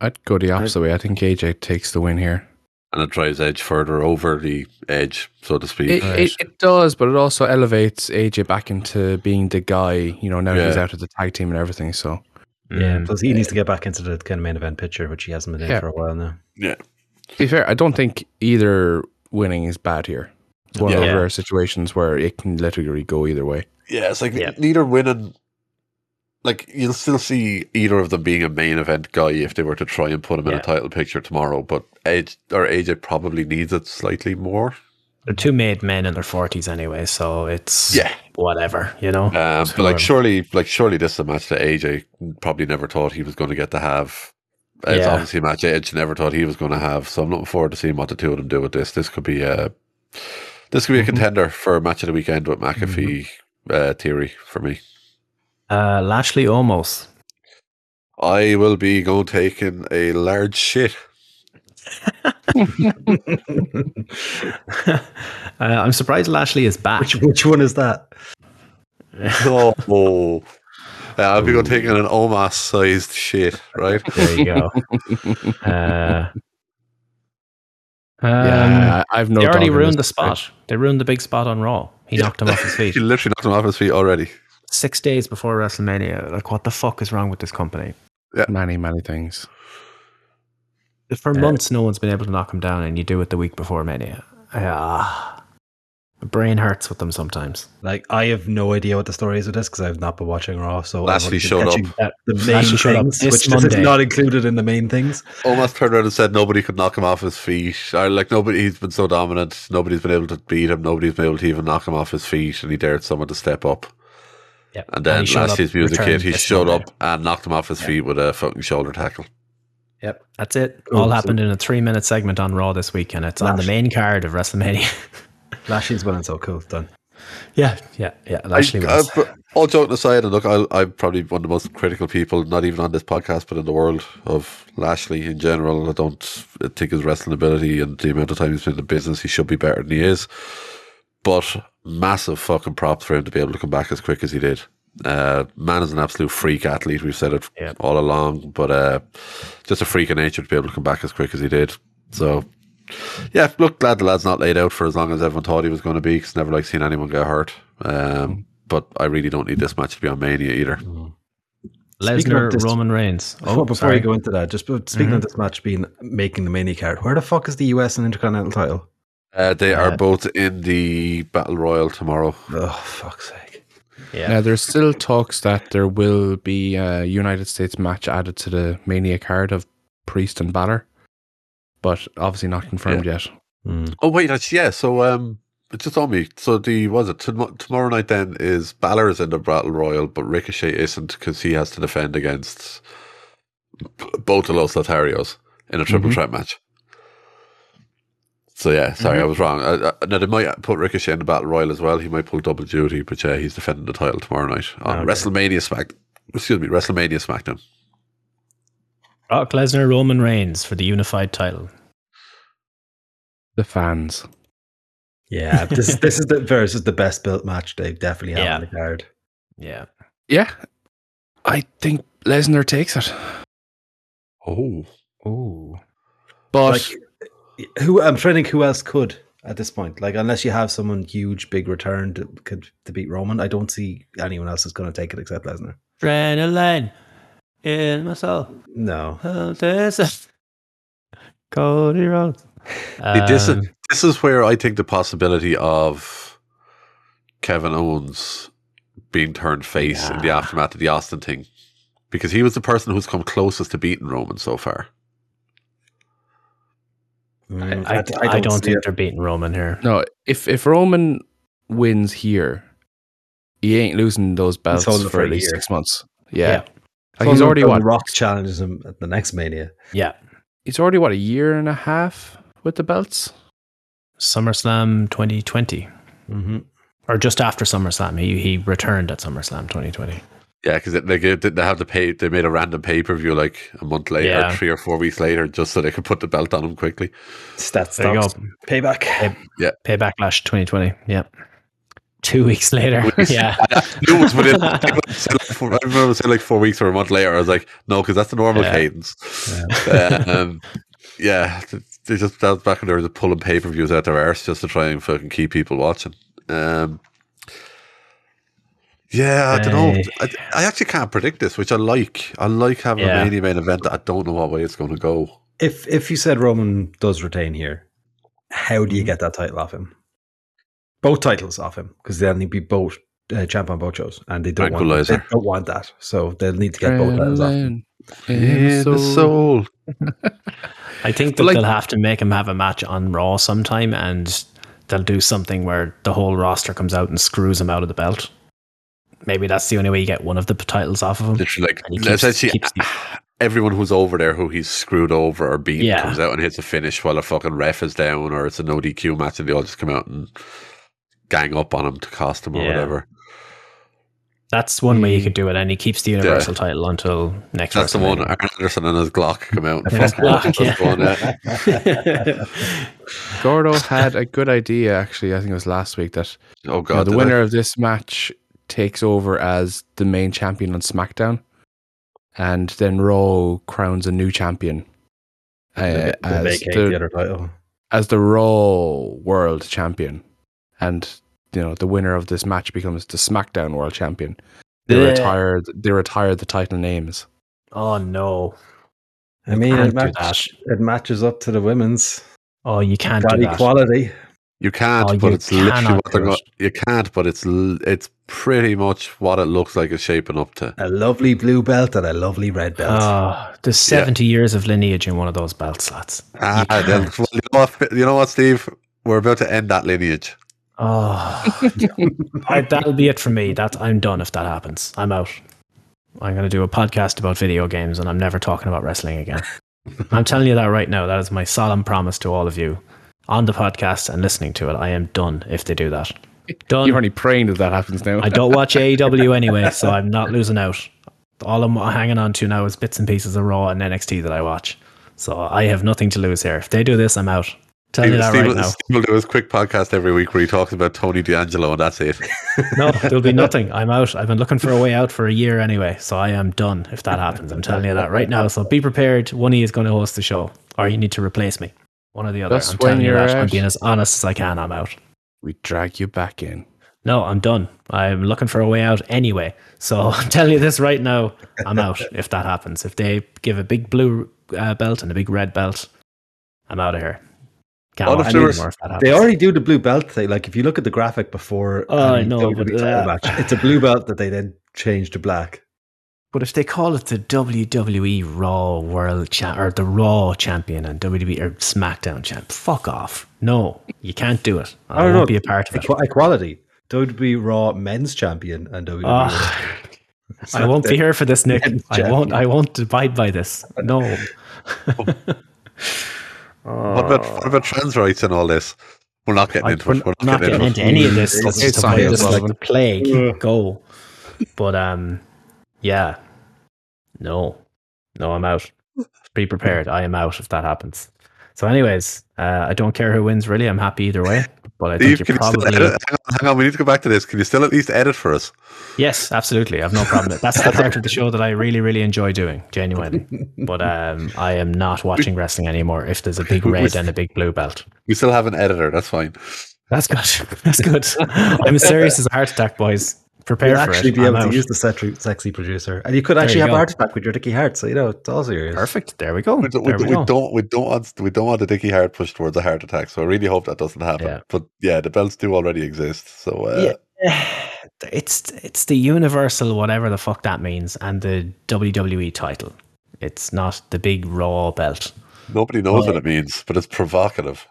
Speaker 5: I'd go the opposite way. I think AJ takes the win here.
Speaker 6: And it drives Edge further over the edge, so to speak.
Speaker 5: It, it, it does, but it also elevates AJ back into being the guy. You know, now he's
Speaker 6: Yeah.
Speaker 5: out of the tag team and everything. So
Speaker 4: Mm,
Speaker 7: Yeah, plus he needs to get back into the kind of main event picture, which he hasn't been in
Speaker 5: Yeah.
Speaker 7: for a while now.
Speaker 6: yeah.
Speaker 5: to be fair, I don't think either winning is bad here. It's one of
Speaker 4: Yeah.
Speaker 5: those rare situations where it can literally go either way.
Speaker 6: Yeah, it's like
Speaker 4: Yeah.
Speaker 6: neither winning. Like you'll still see either of them being a main event guy if they were to try and put him in
Speaker 4: Yeah.
Speaker 6: a title picture tomorrow, but Edge or AJ probably needs it slightly more.
Speaker 4: they're two made men in their 40s anyway. So it's
Speaker 6: Yeah.
Speaker 4: whatever, you know?
Speaker 6: Um, but
Speaker 4: Sure.
Speaker 6: like surely, like surely, this is a match that AJ probably never thought he was going to get to have. It's
Speaker 4: Yeah.
Speaker 6: obviously a match Edge never thought he was going to have. So I'm looking forward to seeing what the two of them do with this. This could be a this could be a
Speaker 4: Mm-hmm.
Speaker 6: contender for a match of the weekend with McAfee uh, theory for me.
Speaker 4: Uh, Lashley almost.
Speaker 6: I will be going taking a large shit.
Speaker 4: uh, I'm surprised Lashley is back.
Speaker 7: Which which one is that?
Speaker 6: No, uh, I'll be going taking an Omas sized shit. Right?
Speaker 4: There you go. uh, um,
Speaker 5: yeah, I- I've no.
Speaker 4: they already
Speaker 5: dog in
Speaker 4: ruined the
Speaker 5: this
Speaker 4: spot.
Speaker 5: match.
Speaker 4: They ruined the big spot on Raw. He knocked him off his feet
Speaker 6: he literally knocked him off his feet already.
Speaker 4: six days before WrestleMania. Like, what the fuck is wrong with this company?
Speaker 5: Many, many things.
Speaker 4: For months, no one's been able to knock him down, and you do it the week before Mania. Ah, my brain hurts with them sometimes.
Speaker 7: Like, I have no idea what the story is with this because I've not been watching Raw. So I've
Speaker 6: Lashley
Speaker 7: been
Speaker 6: showed up.
Speaker 7: catching The main
Speaker 4: Lashley showed up
Speaker 7: things,
Speaker 4: this
Speaker 7: which is
Speaker 4: Monday.
Speaker 7: not included in the main things.
Speaker 6: Almost turned around and said nobody could knock him off his feet. Or like nobody, he's been so dominant. Nobody's been able to beat him. Nobody's been able to even knock him off his feet. And he dared someone to step up.
Speaker 4: Yeah.
Speaker 6: And then
Speaker 4: he showed
Speaker 6: last
Speaker 4: up,
Speaker 6: year's music
Speaker 4: returned
Speaker 6: hit, he
Speaker 4: this
Speaker 6: showed
Speaker 4: Monday.
Speaker 6: up and knocked him off his feet with a fucking shoulder tackle.
Speaker 4: Yep, that's it. All happened in a three-minute segment on Raw this week, and it's on the main card of WrestleMania.
Speaker 7: Lashley's winning, so cool. Done.
Speaker 4: yeah, yeah, yeah. Lashley
Speaker 6: I-
Speaker 7: uh,
Speaker 4: was.
Speaker 6: I- but all joking aside, and look, I, I'm probably one of the most critical people, not even on this podcast, but in the world of Lashley in general. I don't think his wrestling ability and the amount of time he's been in the business, he should be better than he is. But massive fucking props for him to be able to come back as quick as he did. Uh, man is an absolute freak athlete. We've said it
Speaker 4: Yeah.
Speaker 6: all along, but uh, just a freak of nature to be able to come back as quick as he did. So yeah, look, glad the lad's not laid out for as long as everyone thought he was going to be. Cause never like seeing anyone get hurt. Um, but I really don't need this match to be on Mania either.
Speaker 7: Speaking of
Speaker 4: Lesnar,
Speaker 7: this-
Speaker 4: Roman Reigns.
Speaker 7: Oh, before
Speaker 4: sorry. Mm-hmm.
Speaker 7: you go into that, just be- speaking of this match being making the mini card, where the fuck is the US and Intercontinental title?
Speaker 6: Uh, they are both in the Battle Royal tomorrow.
Speaker 7: Oh, fuck's sake.
Speaker 4: Yeah.
Speaker 5: Now there's still talks that there will be a United States match added to the Mania card of Priest and Balor, but obviously not confirmed yet.
Speaker 7: Mm.
Speaker 6: Oh wait, that's yeah. So um, It just on me. So the was it tom- tomorrow night? Then is Balor's in the battle royal, but Ricochet isn't because he has to defend against b- both of Los Lotharios in a triple threat match. So yeah, sorry, I was wrong. I, I, now they might put Ricochet in the battle royal as well. He might pull double duty, but yeah, he's defending the title tomorrow night on WrestleMania Smack. Excuse me, WrestleMania SmackDown.
Speaker 4: Brock Lesnar, Roman Reigns for the unified title.
Speaker 5: The fans.
Speaker 7: Yeah, this is this is the versus the best built match they definitely have
Speaker 4: Yeah.
Speaker 7: on the card.
Speaker 4: Yeah.
Speaker 5: Yeah. I think Lesnar takes it.
Speaker 6: Oh,
Speaker 4: Ooh.
Speaker 5: But
Speaker 7: Like, who I'm trying to think who else could at this point. Like, unless you have someone huge, big return to, could to beat Roman, I don't see anyone else is going to take it except Lesnar.
Speaker 4: Adrenaline in my soul.
Speaker 7: No,
Speaker 4: Oh, this is- Cody Rhodes.
Speaker 6: See, this
Speaker 4: Um,
Speaker 6: is this is where I think the possibility of Kevin Owens being turned face in the aftermath of the Austin thing, because he was the person who's come closest to beating Roman so far.
Speaker 7: Mm,
Speaker 4: I, I, don't
Speaker 7: see
Speaker 4: think
Speaker 7: it.
Speaker 4: they're beating Roman here.
Speaker 5: no, if if Roman wins here, he ain't losing those belts
Speaker 7: holding
Speaker 5: for,
Speaker 7: for
Speaker 5: at
Speaker 7: a
Speaker 5: least
Speaker 7: year.
Speaker 5: six months. Yeah.
Speaker 4: Yeah.
Speaker 5: Like he's
Speaker 7: Someone
Speaker 5: already
Speaker 7: from
Speaker 5: what?
Speaker 7: The Rock challenges him at the next Mania.
Speaker 4: Yeah.
Speaker 5: He's already what a year and a half with the belts.
Speaker 4: SummerSlam 2020.
Speaker 7: Mm-hmm.
Speaker 4: Or just after SummerSlam. He, he returned at SummerSlam 2020.
Speaker 6: Yeah, because they gave- didn't have to pay. They made a random pay per view like a month later,
Speaker 4: Yeah.
Speaker 6: three or four weeks later, just so they could put the belt on him quickly.
Speaker 7: Stats,
Speaker 4: There you
Speaker 7: stats. Payback.
Speaker 4: Pay Backlash 2020. Yeah. Two weeks later. yeah.
Speaker 6: It was within. it was said like four- I remember saying like four weeks or a month later. I was like, no, because that's the normal
Speaker 4: Yeah.
Speaker 6: cadence. Yeah, um, yeah th- they just that was back when they were just pulling pay per views out their arse just to try and fucking keep people watching. Um, yeah, I don't know. I, I actually can't predict this, which I like. I like having
Speaker 4: Yeah.
Speaker 6: a mania main event. that I don't know what way it's going to go.
Speaker 7: If if you said Roman does retain here, how
Speaker 4: Mm-hmm.
Speaker 7: do you get that title off him? Both titles off him because they'll need to be both uh, champ on both shows, and they don't want they
Speaker 6: Tranquilizer.
Speaker 7: don't want that, so they'll need to get both titles off. him.
Speaker 6: In the soul.
Speaker 4: I think that
Speaker 5: But, like-
Speaker 4: they'll have to make him have a match on Raw sometime and they'll do something where the whole roster comes out and screws him out of the belt. Maybe that's the only way you get one of the p- titles off of him.
Speaker 6: Literally, like
Speaker 4: And he keeps-
Speaker 6: essentially,
Speaker 4: keeps the-
Speaker 6: everyone who's over there who he's screwed over or beaten
Speaker 4: Yeah.
Speaker 6: comes out and hits a finish while a fucking ref is down or it's an ODQ match and they all just come out and gang up on him to cost him or
Speaker 4: Yeah.
Speaker 6: whatever.
Speaker 4: That's one way you could do it, and he keeps the universal title until next.
Speaker 6: That's the one.
Speaker 4: WrestleMania.
Speaker 6: Aaron Anderson and his Glock come out and
Speaker 4: And his
Speaker 6: fuck him up.
Speaker 4: Glock,
Speaker 6: That's the
Speaker 4: yeah.
Speaker 6: one, yeah.
Speaker 5: Gordo had a good idea actually. I think it was last week that
Speaker 6: Oh
Speaker 5: you know,
Speaker 6: god,
Speaker 5: the
Speaker 6: did I-
Speaker 5: winner of this match takes over as the main champion on SmackDown, and then Raw crowns a new champion uh,
Speaker 7: They
Speaker 5: as
Speaker 7: vacate the
Speaker 5: the
Speaker 7: other title.
Speaker 5: as the Raw World Champion, and you know the winner of this match becomes the SmackDown World Champion. They
Speaker 4: Bleh.
Speaker 5: retired. They retired the title names.
Speaker 4: Oh no!
Speaker 7: I mean,
Speaker 4: can't
Speaker 7: it,
Speaker 4: do
Speaker 7: match, it matches up to the women's
Speaker 4: Oh, you can't
Speaker 7: got
Speaker 4: do that.
Speaker 7: equality.
Speaker 6: you can't,
Speaker 4: Oh,
Speaker 6: but
Speaker 4: you
Speaker 6: it's literally
Speaker 4: cannot
Speaker 6: what they're
Speaker 4: do
Speaker 6: going.
Speaker 4: it.
Speaker 6: You can't, but it's l- it's pretty much what it looks like it's shaping up to.
Speaker 7: A lovely blue belt and a lovely red belt.
Speaker 4: Oh, there's 70 years of lineage in one of those belt slots.
Speaker 6: Ah,
Speaker 4: You
Speaker 6: then-
Speaker 4: can't.
Speaker 6: well, you, know what, you know what, Steve? We're about to end that lineage.
Speaker 4: Oh, I, that'll be it for me. That I'm done if that happens. I'm out. I'm going to do a podcast about video games, and I'm never talking about wrestling again. I'm telling you that right now. That is my solemn promise to all of you on the podcast and listening to it. I am done if they do that. Done.
Speaker 5: You're only praying that that happens now.
Speaker 4: I don't watch AEW anyway, so I'm not losing out. All I'm hanging on to now is bits and pieces of Raw and NXT that I watch. So I have nothing to lose here. If they do this, I'm out. Telling you
Speaker 6: Steve,
Speaker 4: that
Speaker 6: Steve
Speaker 4: right
Speaker 6: will-
Speaker 4: now.
Speaker 6: Steve will do his quick podcast every week where he talks about Tony D'Angelo, and that's it.
Speaker 4: No, there'll be nothing. I'm out. I've been looking for a way out for a year anyway, so I am done if that happens. I'm telling you that right now. So be prepared. One of you is going to host the show, or you need to replace me. One or the other.
Speaker 5: That's
Speaker 4: I'm telling
Speaker 5: when
Speaker 4: you
Speaker 5: you're
Speaker 4: that. I'm
Speaker 5: out.
Speaker 4: being as honest as I can. I'm out.
Speaker 5: We drag you back in.
Speaker 4: No, I'm done. I'm looking for a way out anyway. So I'm telling you this right now. I'm out if that happens. If they give a big blue uh, belt and a big red belt, I'm out of here. Can't
Speaker 6: All
Speaker 4: watch
Speaker 6: of the
Speaker 4: anymore
Speaker 6: rest-
Speaker 4: if that happens.
Speaker 7: They already do the blue belt thing. Like if you look at the graphic before, um,
Speaker 4: Oh, I
Speaker 7: any
Speaker 4: know,
Speaker 7: WWE
Speaker 4: but,
Speaker 7: title
Speaker 4: uh,
Speaker 7: match, it's a blue belt that they then change to black.
Speaker 4: But if they call it the WWE Raw World Champ or the Raw Champion and WWE or SmackDown Champ, fuck off. No, you can't do it. I, won't be a part of it.
Speaker 7: Equ- equality. WWE Raw Men's Champion and E. WWE.
Speaker 4: Ah. I won't be here for this, Nick. I won't. I won't abide by this. No.
Speaker 6: What about what about trans rights and all this? We're not getting
Speaker 4: Uh, I-
Speaker 6: into
Speaker 4: we're
Speaker 6: it. We're
Speaker 4: not getting into any of this. This is
Speaker 5: It's
Speaker 4: the way-
Speaker 5: science,
Speaker 4: this is like
Speaker 5: Sullivan.
Speaker 4: the plague. Go. But um, yeah, no, no, I'm out. Be prepared. I am out if that happens. So, anyways, uh, I don't care who wins. Really, I'm happy either way. But I think
Speaker 6: Steve,
Speaker 4: you
Speaker 6: can you still
Speaker 4: probably
Speaker 6: edit? Hang on, hang on, we need to go back to this. Can you still at least edit for us?
Speaker 4: yes, absolutely. I've no problem. with it. That's the part of the show that I really, really enjoy doing, genuinely. But um, I am not watching wrestling anymore. If there's a big
Speaker 6: We- we-
Speaker 4: red and a big blue belt.
Speaker 6: We still have an editor. That's fine.
Speaker 4: That's good. That's good. I'm as serious as a heart attack, boys. Prepare
Speaker 7: You'd
Speaker 4: for
Speaker 7: actually
Speaker 4: it.
Speaker 7: be
Speaker 4: I'm
Speaker 7: able
Speaker 4: out.
Speaker 7: to use the sexy, sexy producer, and you could actually
Speaker 4: you
Speaker 7: have
Speaker 4: go.
Speaker 7: a heart attack with your dicky heart. So you know it's all serious.
Speaker 4: Perfect. There we go.
Speaker 6: We, do, we,
Speaker 4: There we
Speaker 6: do- we
Speaker 4: go.
Speaker 6: don't. We don't want. We don't want the dicky heart pushed towards a heart attack. So I really hope that doesn't happen.
Speaker 4: Yeah.
Speaker 6: But yeah, the belts do already exist. So uh,
Speaker 4: Yeah. It's it's the universal whatever the fuck that means and the WWE title. It's not the big raw belt.
Speaker 6: nobody knows what it means, but it's provocative.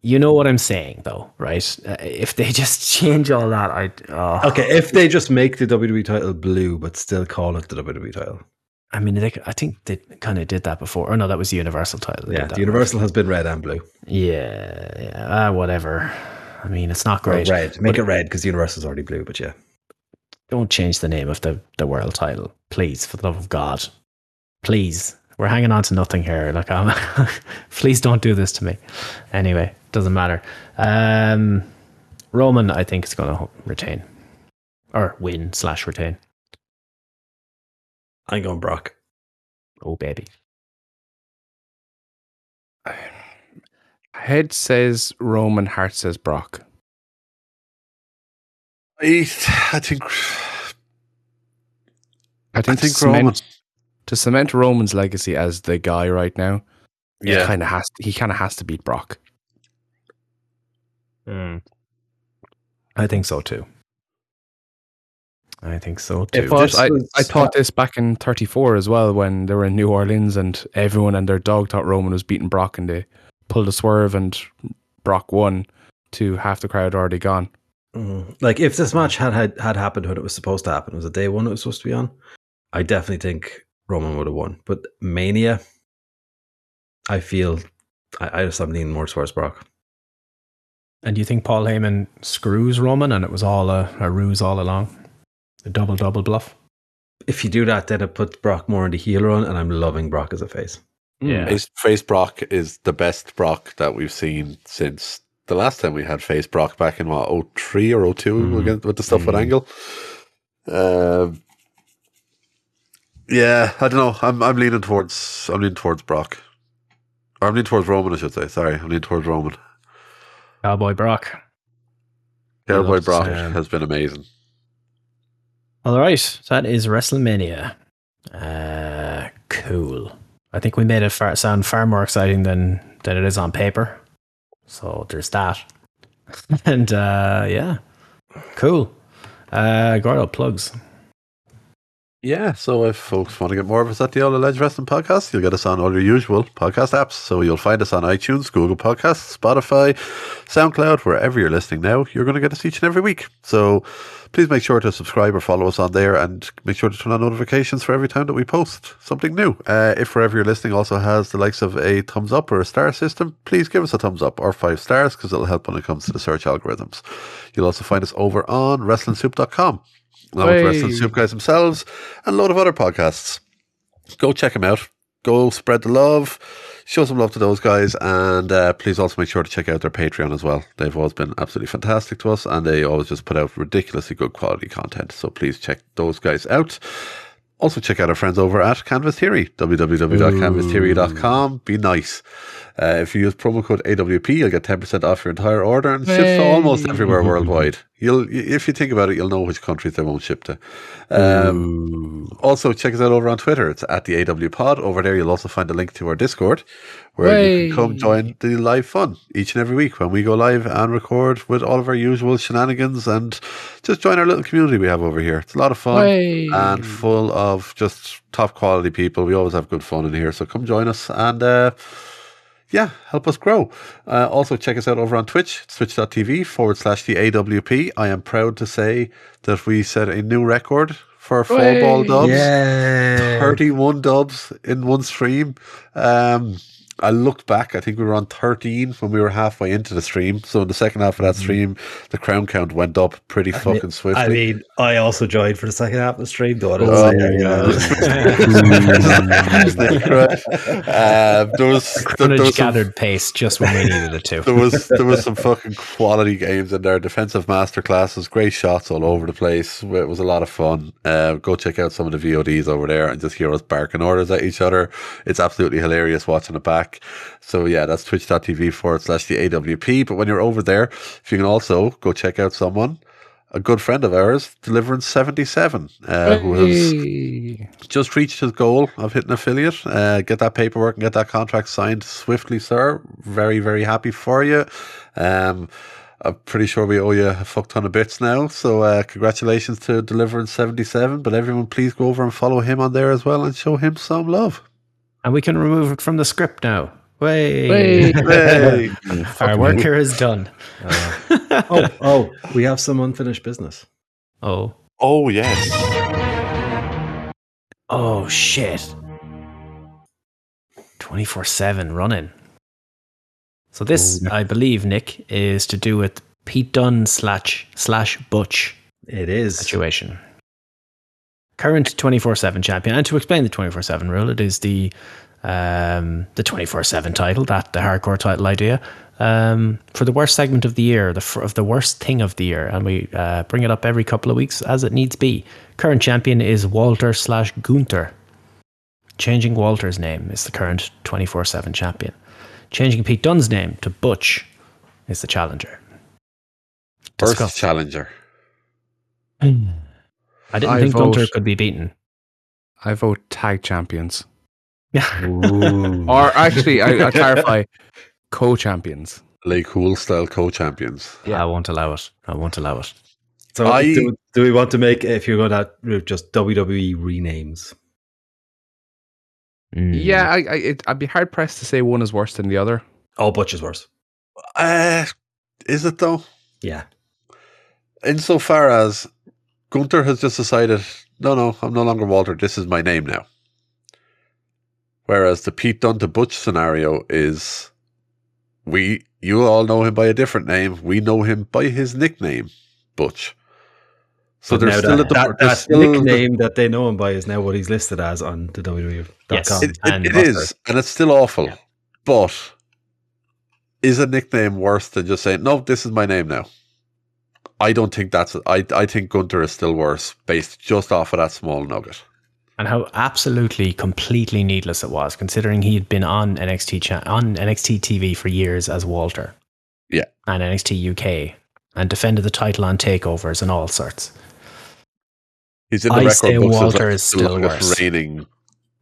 Speaker 4: You know what I'm saying though, right? Uh, If they just change all that, I oh.
Speaker 7: Okay, if they just make the WWE title blue, but still call it the WWE title.
Speaker 4: I mean, they, I think they kind of did that before. Or no, that was the universal title. They
Speaker 7: Yeah,
Speaker 4: did
Speaker 7: the
Speaker 4: that.
Speaker 7: Universal has been red and blue.
Speaker 4: yeah, yeah, ah, whatever. I mean, it's not
Speaker 7: Or
Speaker 4: great.
Speaker 7: red. Make it red because the Universal's already blue. But yeah,
Speaker 4: don't change the name of the, the world title, please, for the love of God. Please. We're hanging on to nothing here. Like, I'm, please don't do this to me. Anyway, doesn't matter. Um, Roman, I think, is going to retain or win slash retain.
Speaker 7: I'm going Brock.
Speaker 4: Oh, baby.
Speaker 5: Head says Roman, heart says Brock.
Speaker 6: I, I think.
Speaker 5: I think,
Speaker 6: I think
Speaker 5: to, cement,
Speaker 6: Roman.
Speaker 5: to cement Roman's legacy as the guy right now, he
Speaker 6: Yeah,
Speaker 5: kind of has he kind of has to beat Brock.
Speaker 4: I think so too. I think so too.
Speaker 7: If
Speaker 5: But
Speaker 7: This
Speaker 5: I,
Speaker 7: was-
Speaker 5: I thought this back in '34 as well when they were in New Orleans and everyone and their dog thought Roman was beating Brock and they pulled a swerve and Brock won to half the crowd already gone.
Speaker 7: Mm. Like if this match had, had had happened when it was supposed to happen, was it day one it was supposed to be on? I definitely think Roman would have won. But Mania, I feel I, I just am leaning more towards Brock.
Speaker 4: and do you think Paul Heyman screws Roman and it was all a, a ruse all along? A double double bluff?
Speaker 7: If you do that, then it puts Brock more in the heel run, and I'm loving Brock as a face.
Speaker 4: Yeah.
Speaker 6: face, face Brock is the best Brock that we've seen since the last time we had face Brock back in what 03 or 02
Speaker 4: Mm.
Speaker 6: again with the stuff with
Speaker 4: Mm.
Speaker 6: Angle. Um, yeah, I don't know. I'm I'm leaning towards I'm leaning towards Brock. Or I'm leaning towards Roman, I should say. Sorry, I'm leaning towards Roman.
Speaker 4: Cowboy Brock.
Speaker 6: Cowboy
Speaker 4: love to
Speaker 6: Brock
Speaker 4: see him.
Speaker 6: has been amazing.
Speaker 4: All right, that is WrestleMania. Uh, cool. I think we made it far, sound far more exciting than than it is on paper. So there's that. and uh, yeah, cool. Uh, Gordo plugs.
Speaker 6: Yeah, so if folks want to get more of us at the Old Alleged Wrestling Podcast, you'll get us on all your usual podcast apps. So you'll find us on iTunes, Google Podcasts, Spotify, SoundCloud, wherever you're listening now, you're going to get us each and every week. So please make sure to subscribe or follow us on there and make sure to turn on notifications for every time that we post something new. Uh, if wherever you're listening also has the likes of a thumbs up or a star system, please give us a thumbs up or five stars because it'll help when it comes to the search algorithms. You'll also find us over on WrestlingSoup.com. Along with
Speaker 5: Hey.
Speaker 6: Wrestling Soup Guys themselves and a load of other podcasts. Go check them out. Go spread the love. Show some love to those guys. And uh, please also make sure to check out their Patreon as well. They've always been absolutely fantastic to us and they always just put out ridiculously good quality content. So please check those guys out. Also, check out our friends over at Canvas Theory, www.canvastheory.com. Be nice. Uh, if you use promo code AWP, you'll get 10% off your entire order and ships to almost everywhere worldwide. You'll, y- if you think about it, you'll know which countries they won't ship to. Um, also, check us out over on Twitter. It's at the AW Pod. Over there, you'll also find a link to our Discord where you can come join the live fun each and every week when we go live and record with all of our usual shenanigans and just join our little community we have over here. It's a lot of fun and full of just top quality people. We always have good fun in here. So come join us and. Uh, yeah, help us grow. Uh, also, check us out over on Twitch, twitch.tv forward slash the AWP. I am proud to say that we set a new record for four ball dubs.
Speaker 7: Yeah.
Speaker 6: 31 dubs in one stream. Um, I looked back, I think we were on 13 when we were halfway into the stream. So, in the second half of that stream, the crown count went up pretty fucking swiftly.
Speaker 7: Mm-hmm. I mean, I also joined for the second half of the stream, though. I don't say, you know.
Speaker 6: um, there was, there, there
Speaker 4: Cronage
Speaker 6: was some
Speaker 4: gathered pace just when we needed it to.
Speaker 6: there was there was some fucking quality games in there. Defensive master classes, great shots all over the place. It was a lot of fun. Uh, go check out some of the VODs over there and just hear us barking orders at each other. It's absolutely hilarious watching it back. So yeah, that's twitch.tv forward slash the AWP. But when you're over there, if you can also go check out someone. A good friend of ours, Deliverance seventy seven, uh, who has just reached his goal of hitting affiliate. Uh, get that paperwork and get that contract signed swiftly, sir. Very, very happy for you. Um, I'm pretty sure we owe you a fuck ton of bits now. So, uh, congratulations to Deliverance 77. But everyone, please go over and follow him on there as well and show him some love.
Speaker 4: and we can remove it from the script now. Way.
Speaker 6: Hey.
Speaker 4: Our work here is done.
Speaker 7: oh, oh, we have some unfinished business.
Speaker 4: Oh.
Speaker 6: oh, yes.
Speaker 4: Oh, shit. 24 7 running. So, this, I believe, Nick, is to do with Pete Dunn slash, slash Butch
Speaker 7: It is.
Speaker 4: situation. Current 24 7 champion. And to explain the 24 7 rule, it is the um, the 24 7 title, that the hardcore title idea, um, for the worst segment of the year, the f- of the worst thing of the year. And we uh, bring it up every couple of weeks as it needs be. Current champion is Walter slash Gunther. Changing Walter's name is the current 24 7 champion. Changing Pete Dunn's name to Butch is the challenger.
Speaker 6: First
Speaker 4: Discuss.
Speaker 6: challenger.
Speaker 4: I didn't
Speaker 5: Hmm. I
Speaker 4: think
Speaker 5: vote-
Speaker 4: Gunther could be beaten.
Speaker 5: I vote tag champions.
Speaker 4: Yeah. Mm.
Speaker 5: Or actually, I, I clarify co champions.
Speaker 6: Lay Cool style co champions.
Speaker 4: I won't allow it. I won't allow it.
Speaker 7: So,
Speaker 6: I-
Speaker 7: do, do we want to make, if you're going that route, just WWE renames?
Speaker 4: Mm.
Speaker 5: Yeah, I, I, it, I'd be hard pressed to say one is worse than the other.
Speaker 7: Oh, Butch is worse.
Speaker 6: Uh, is it though?
Speaker 7: Yeah.
Speaker 6: Insofar as Gunther has just decided, no, no, I'm no longer Walter. This is my name now. Whereas the Pete Dunn to Butch scenario is, we, you all know him by a different name. We know him by his nickname, Butch. So
Speaker 7: But
Speaker 6: there's
Speaker 7: now
Speaker 6: still
Speaker 7: that,
Speaker 6: a
Speaker 7: that,
Speaker 6: there's
Speaker 7: that
Speaker 6: still the-
Speaker 7: nickname that they know him by is now what he's listed as on the E WWE.com.
Speaker 4: Yes.
Speaker 6: It,
Speaker 4: and
Speaker 6: it, it
Speaker 4: Buster.
Speaker 6: is, and it's still awful. But is a nickname worse than just saying, "No, this is my name now"? I don't think that's. I I think Gunter is still worse, based just off of that small nugget.
Speaker 4: And how absolutely, completely needless it was, considering he had been on NXT cha- on NXT TV for years as Walter.
Speaker 6: Yeah.
Speaker 4: And NXT UK, and defended the title on takeovers and all sorts.
Speaker 6: He's in the
Speaker 4: I
Speaker 6: record
Speaker 4: say
Speaker 6: books as,
Speaker 4: Walter
Speaker 6: like,
Speaker 4: is
Speaker 6: the
Speaker 4: still
Speaker 6: longest
Speaker 4: worse.
Speaker 6: reigning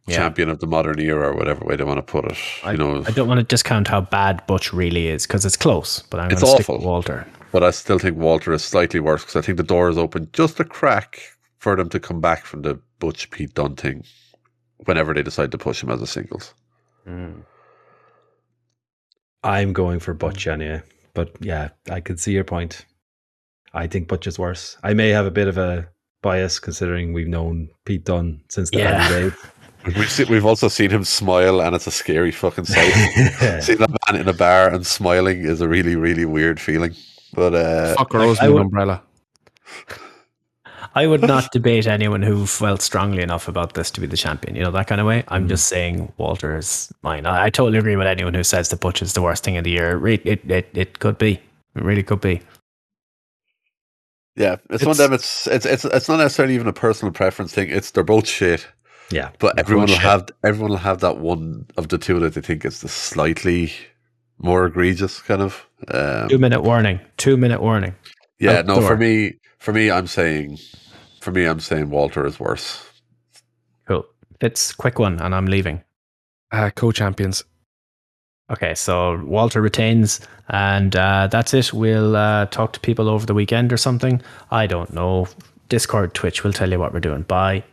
Speaker 4: Yeah.
Speaker 6: champion of the modern era, or whatever way they want to put it. you know,
Speaker 4: I don't want to discount how bad Butch really is because it's close, but I'm
Speaker 6: It's
Speaker 4: going to stick
Speaker 6: awful.
Speaker 4: with Walter.
Speaker 6: but I still think Walter is slightly worse because I think the door is open just a crack for them to come back from the Butch Pete Dunne thing, whenever they decide to push him as a singles.
Speaker 7: I'm going for Butch anyway. But yeah, I can see your point. I think Butch is worse. I may have a bit of a bias considering we've known Pete Dunne since the
Speaker 4: Yeah.
Speaker 7: early days.
Speaker 6: We've, seen, we've also seen him smile, and it's a scary fucking sight. Seeing a man in a bar and smiling is a really, really weird feeling. But uh,
Speaker 5: Fuck Rose
Speaker 4: I
Speaker 5: with an
Speaker 4: would-
Speaker 5: umbrella.
Speaker 4: I would not debate anyone who felt strongly enough about this to be the champion. You know, that kind of way. I'm just saying Walter is mine. I, I totally agree with anyone who says the Butch is the worst thing of the year. Re- It, it, it could be. It really could be.
Speaker 6: yeah, it's, one of them. It's, it's it's it's not necessarily even a personal preference thing. It's they're both shit,
Speaker 7: Yeah.
Speaker 6: But everyone will
Speaker 7: Bullshit.
Speaker 6: have everyone will have that one of the two that they think is the slightly more egregious kind of. Um,
Speaker 4: Two minute warning. Two minute warning.
Speaker 6: yeah,
Speaker 4: out
Speaker 6: no,
Speaker 4: the
Speaker 6: for
Speaker 4: door.
Speaker 6: me, for me, I'm saying, for me, I'm saying Walter is worse.
Speaker 4: Cool. Fitz, quick one, and I'm leaving.
Speaker 5: Uh, co-champions.
Speaker 4: Okay, so Walter retains, and uh, that's it. We'll uh, talk to people over the weekend or something. I don't know. Discord, Twitch, we'll tell you what we're doing. Bye.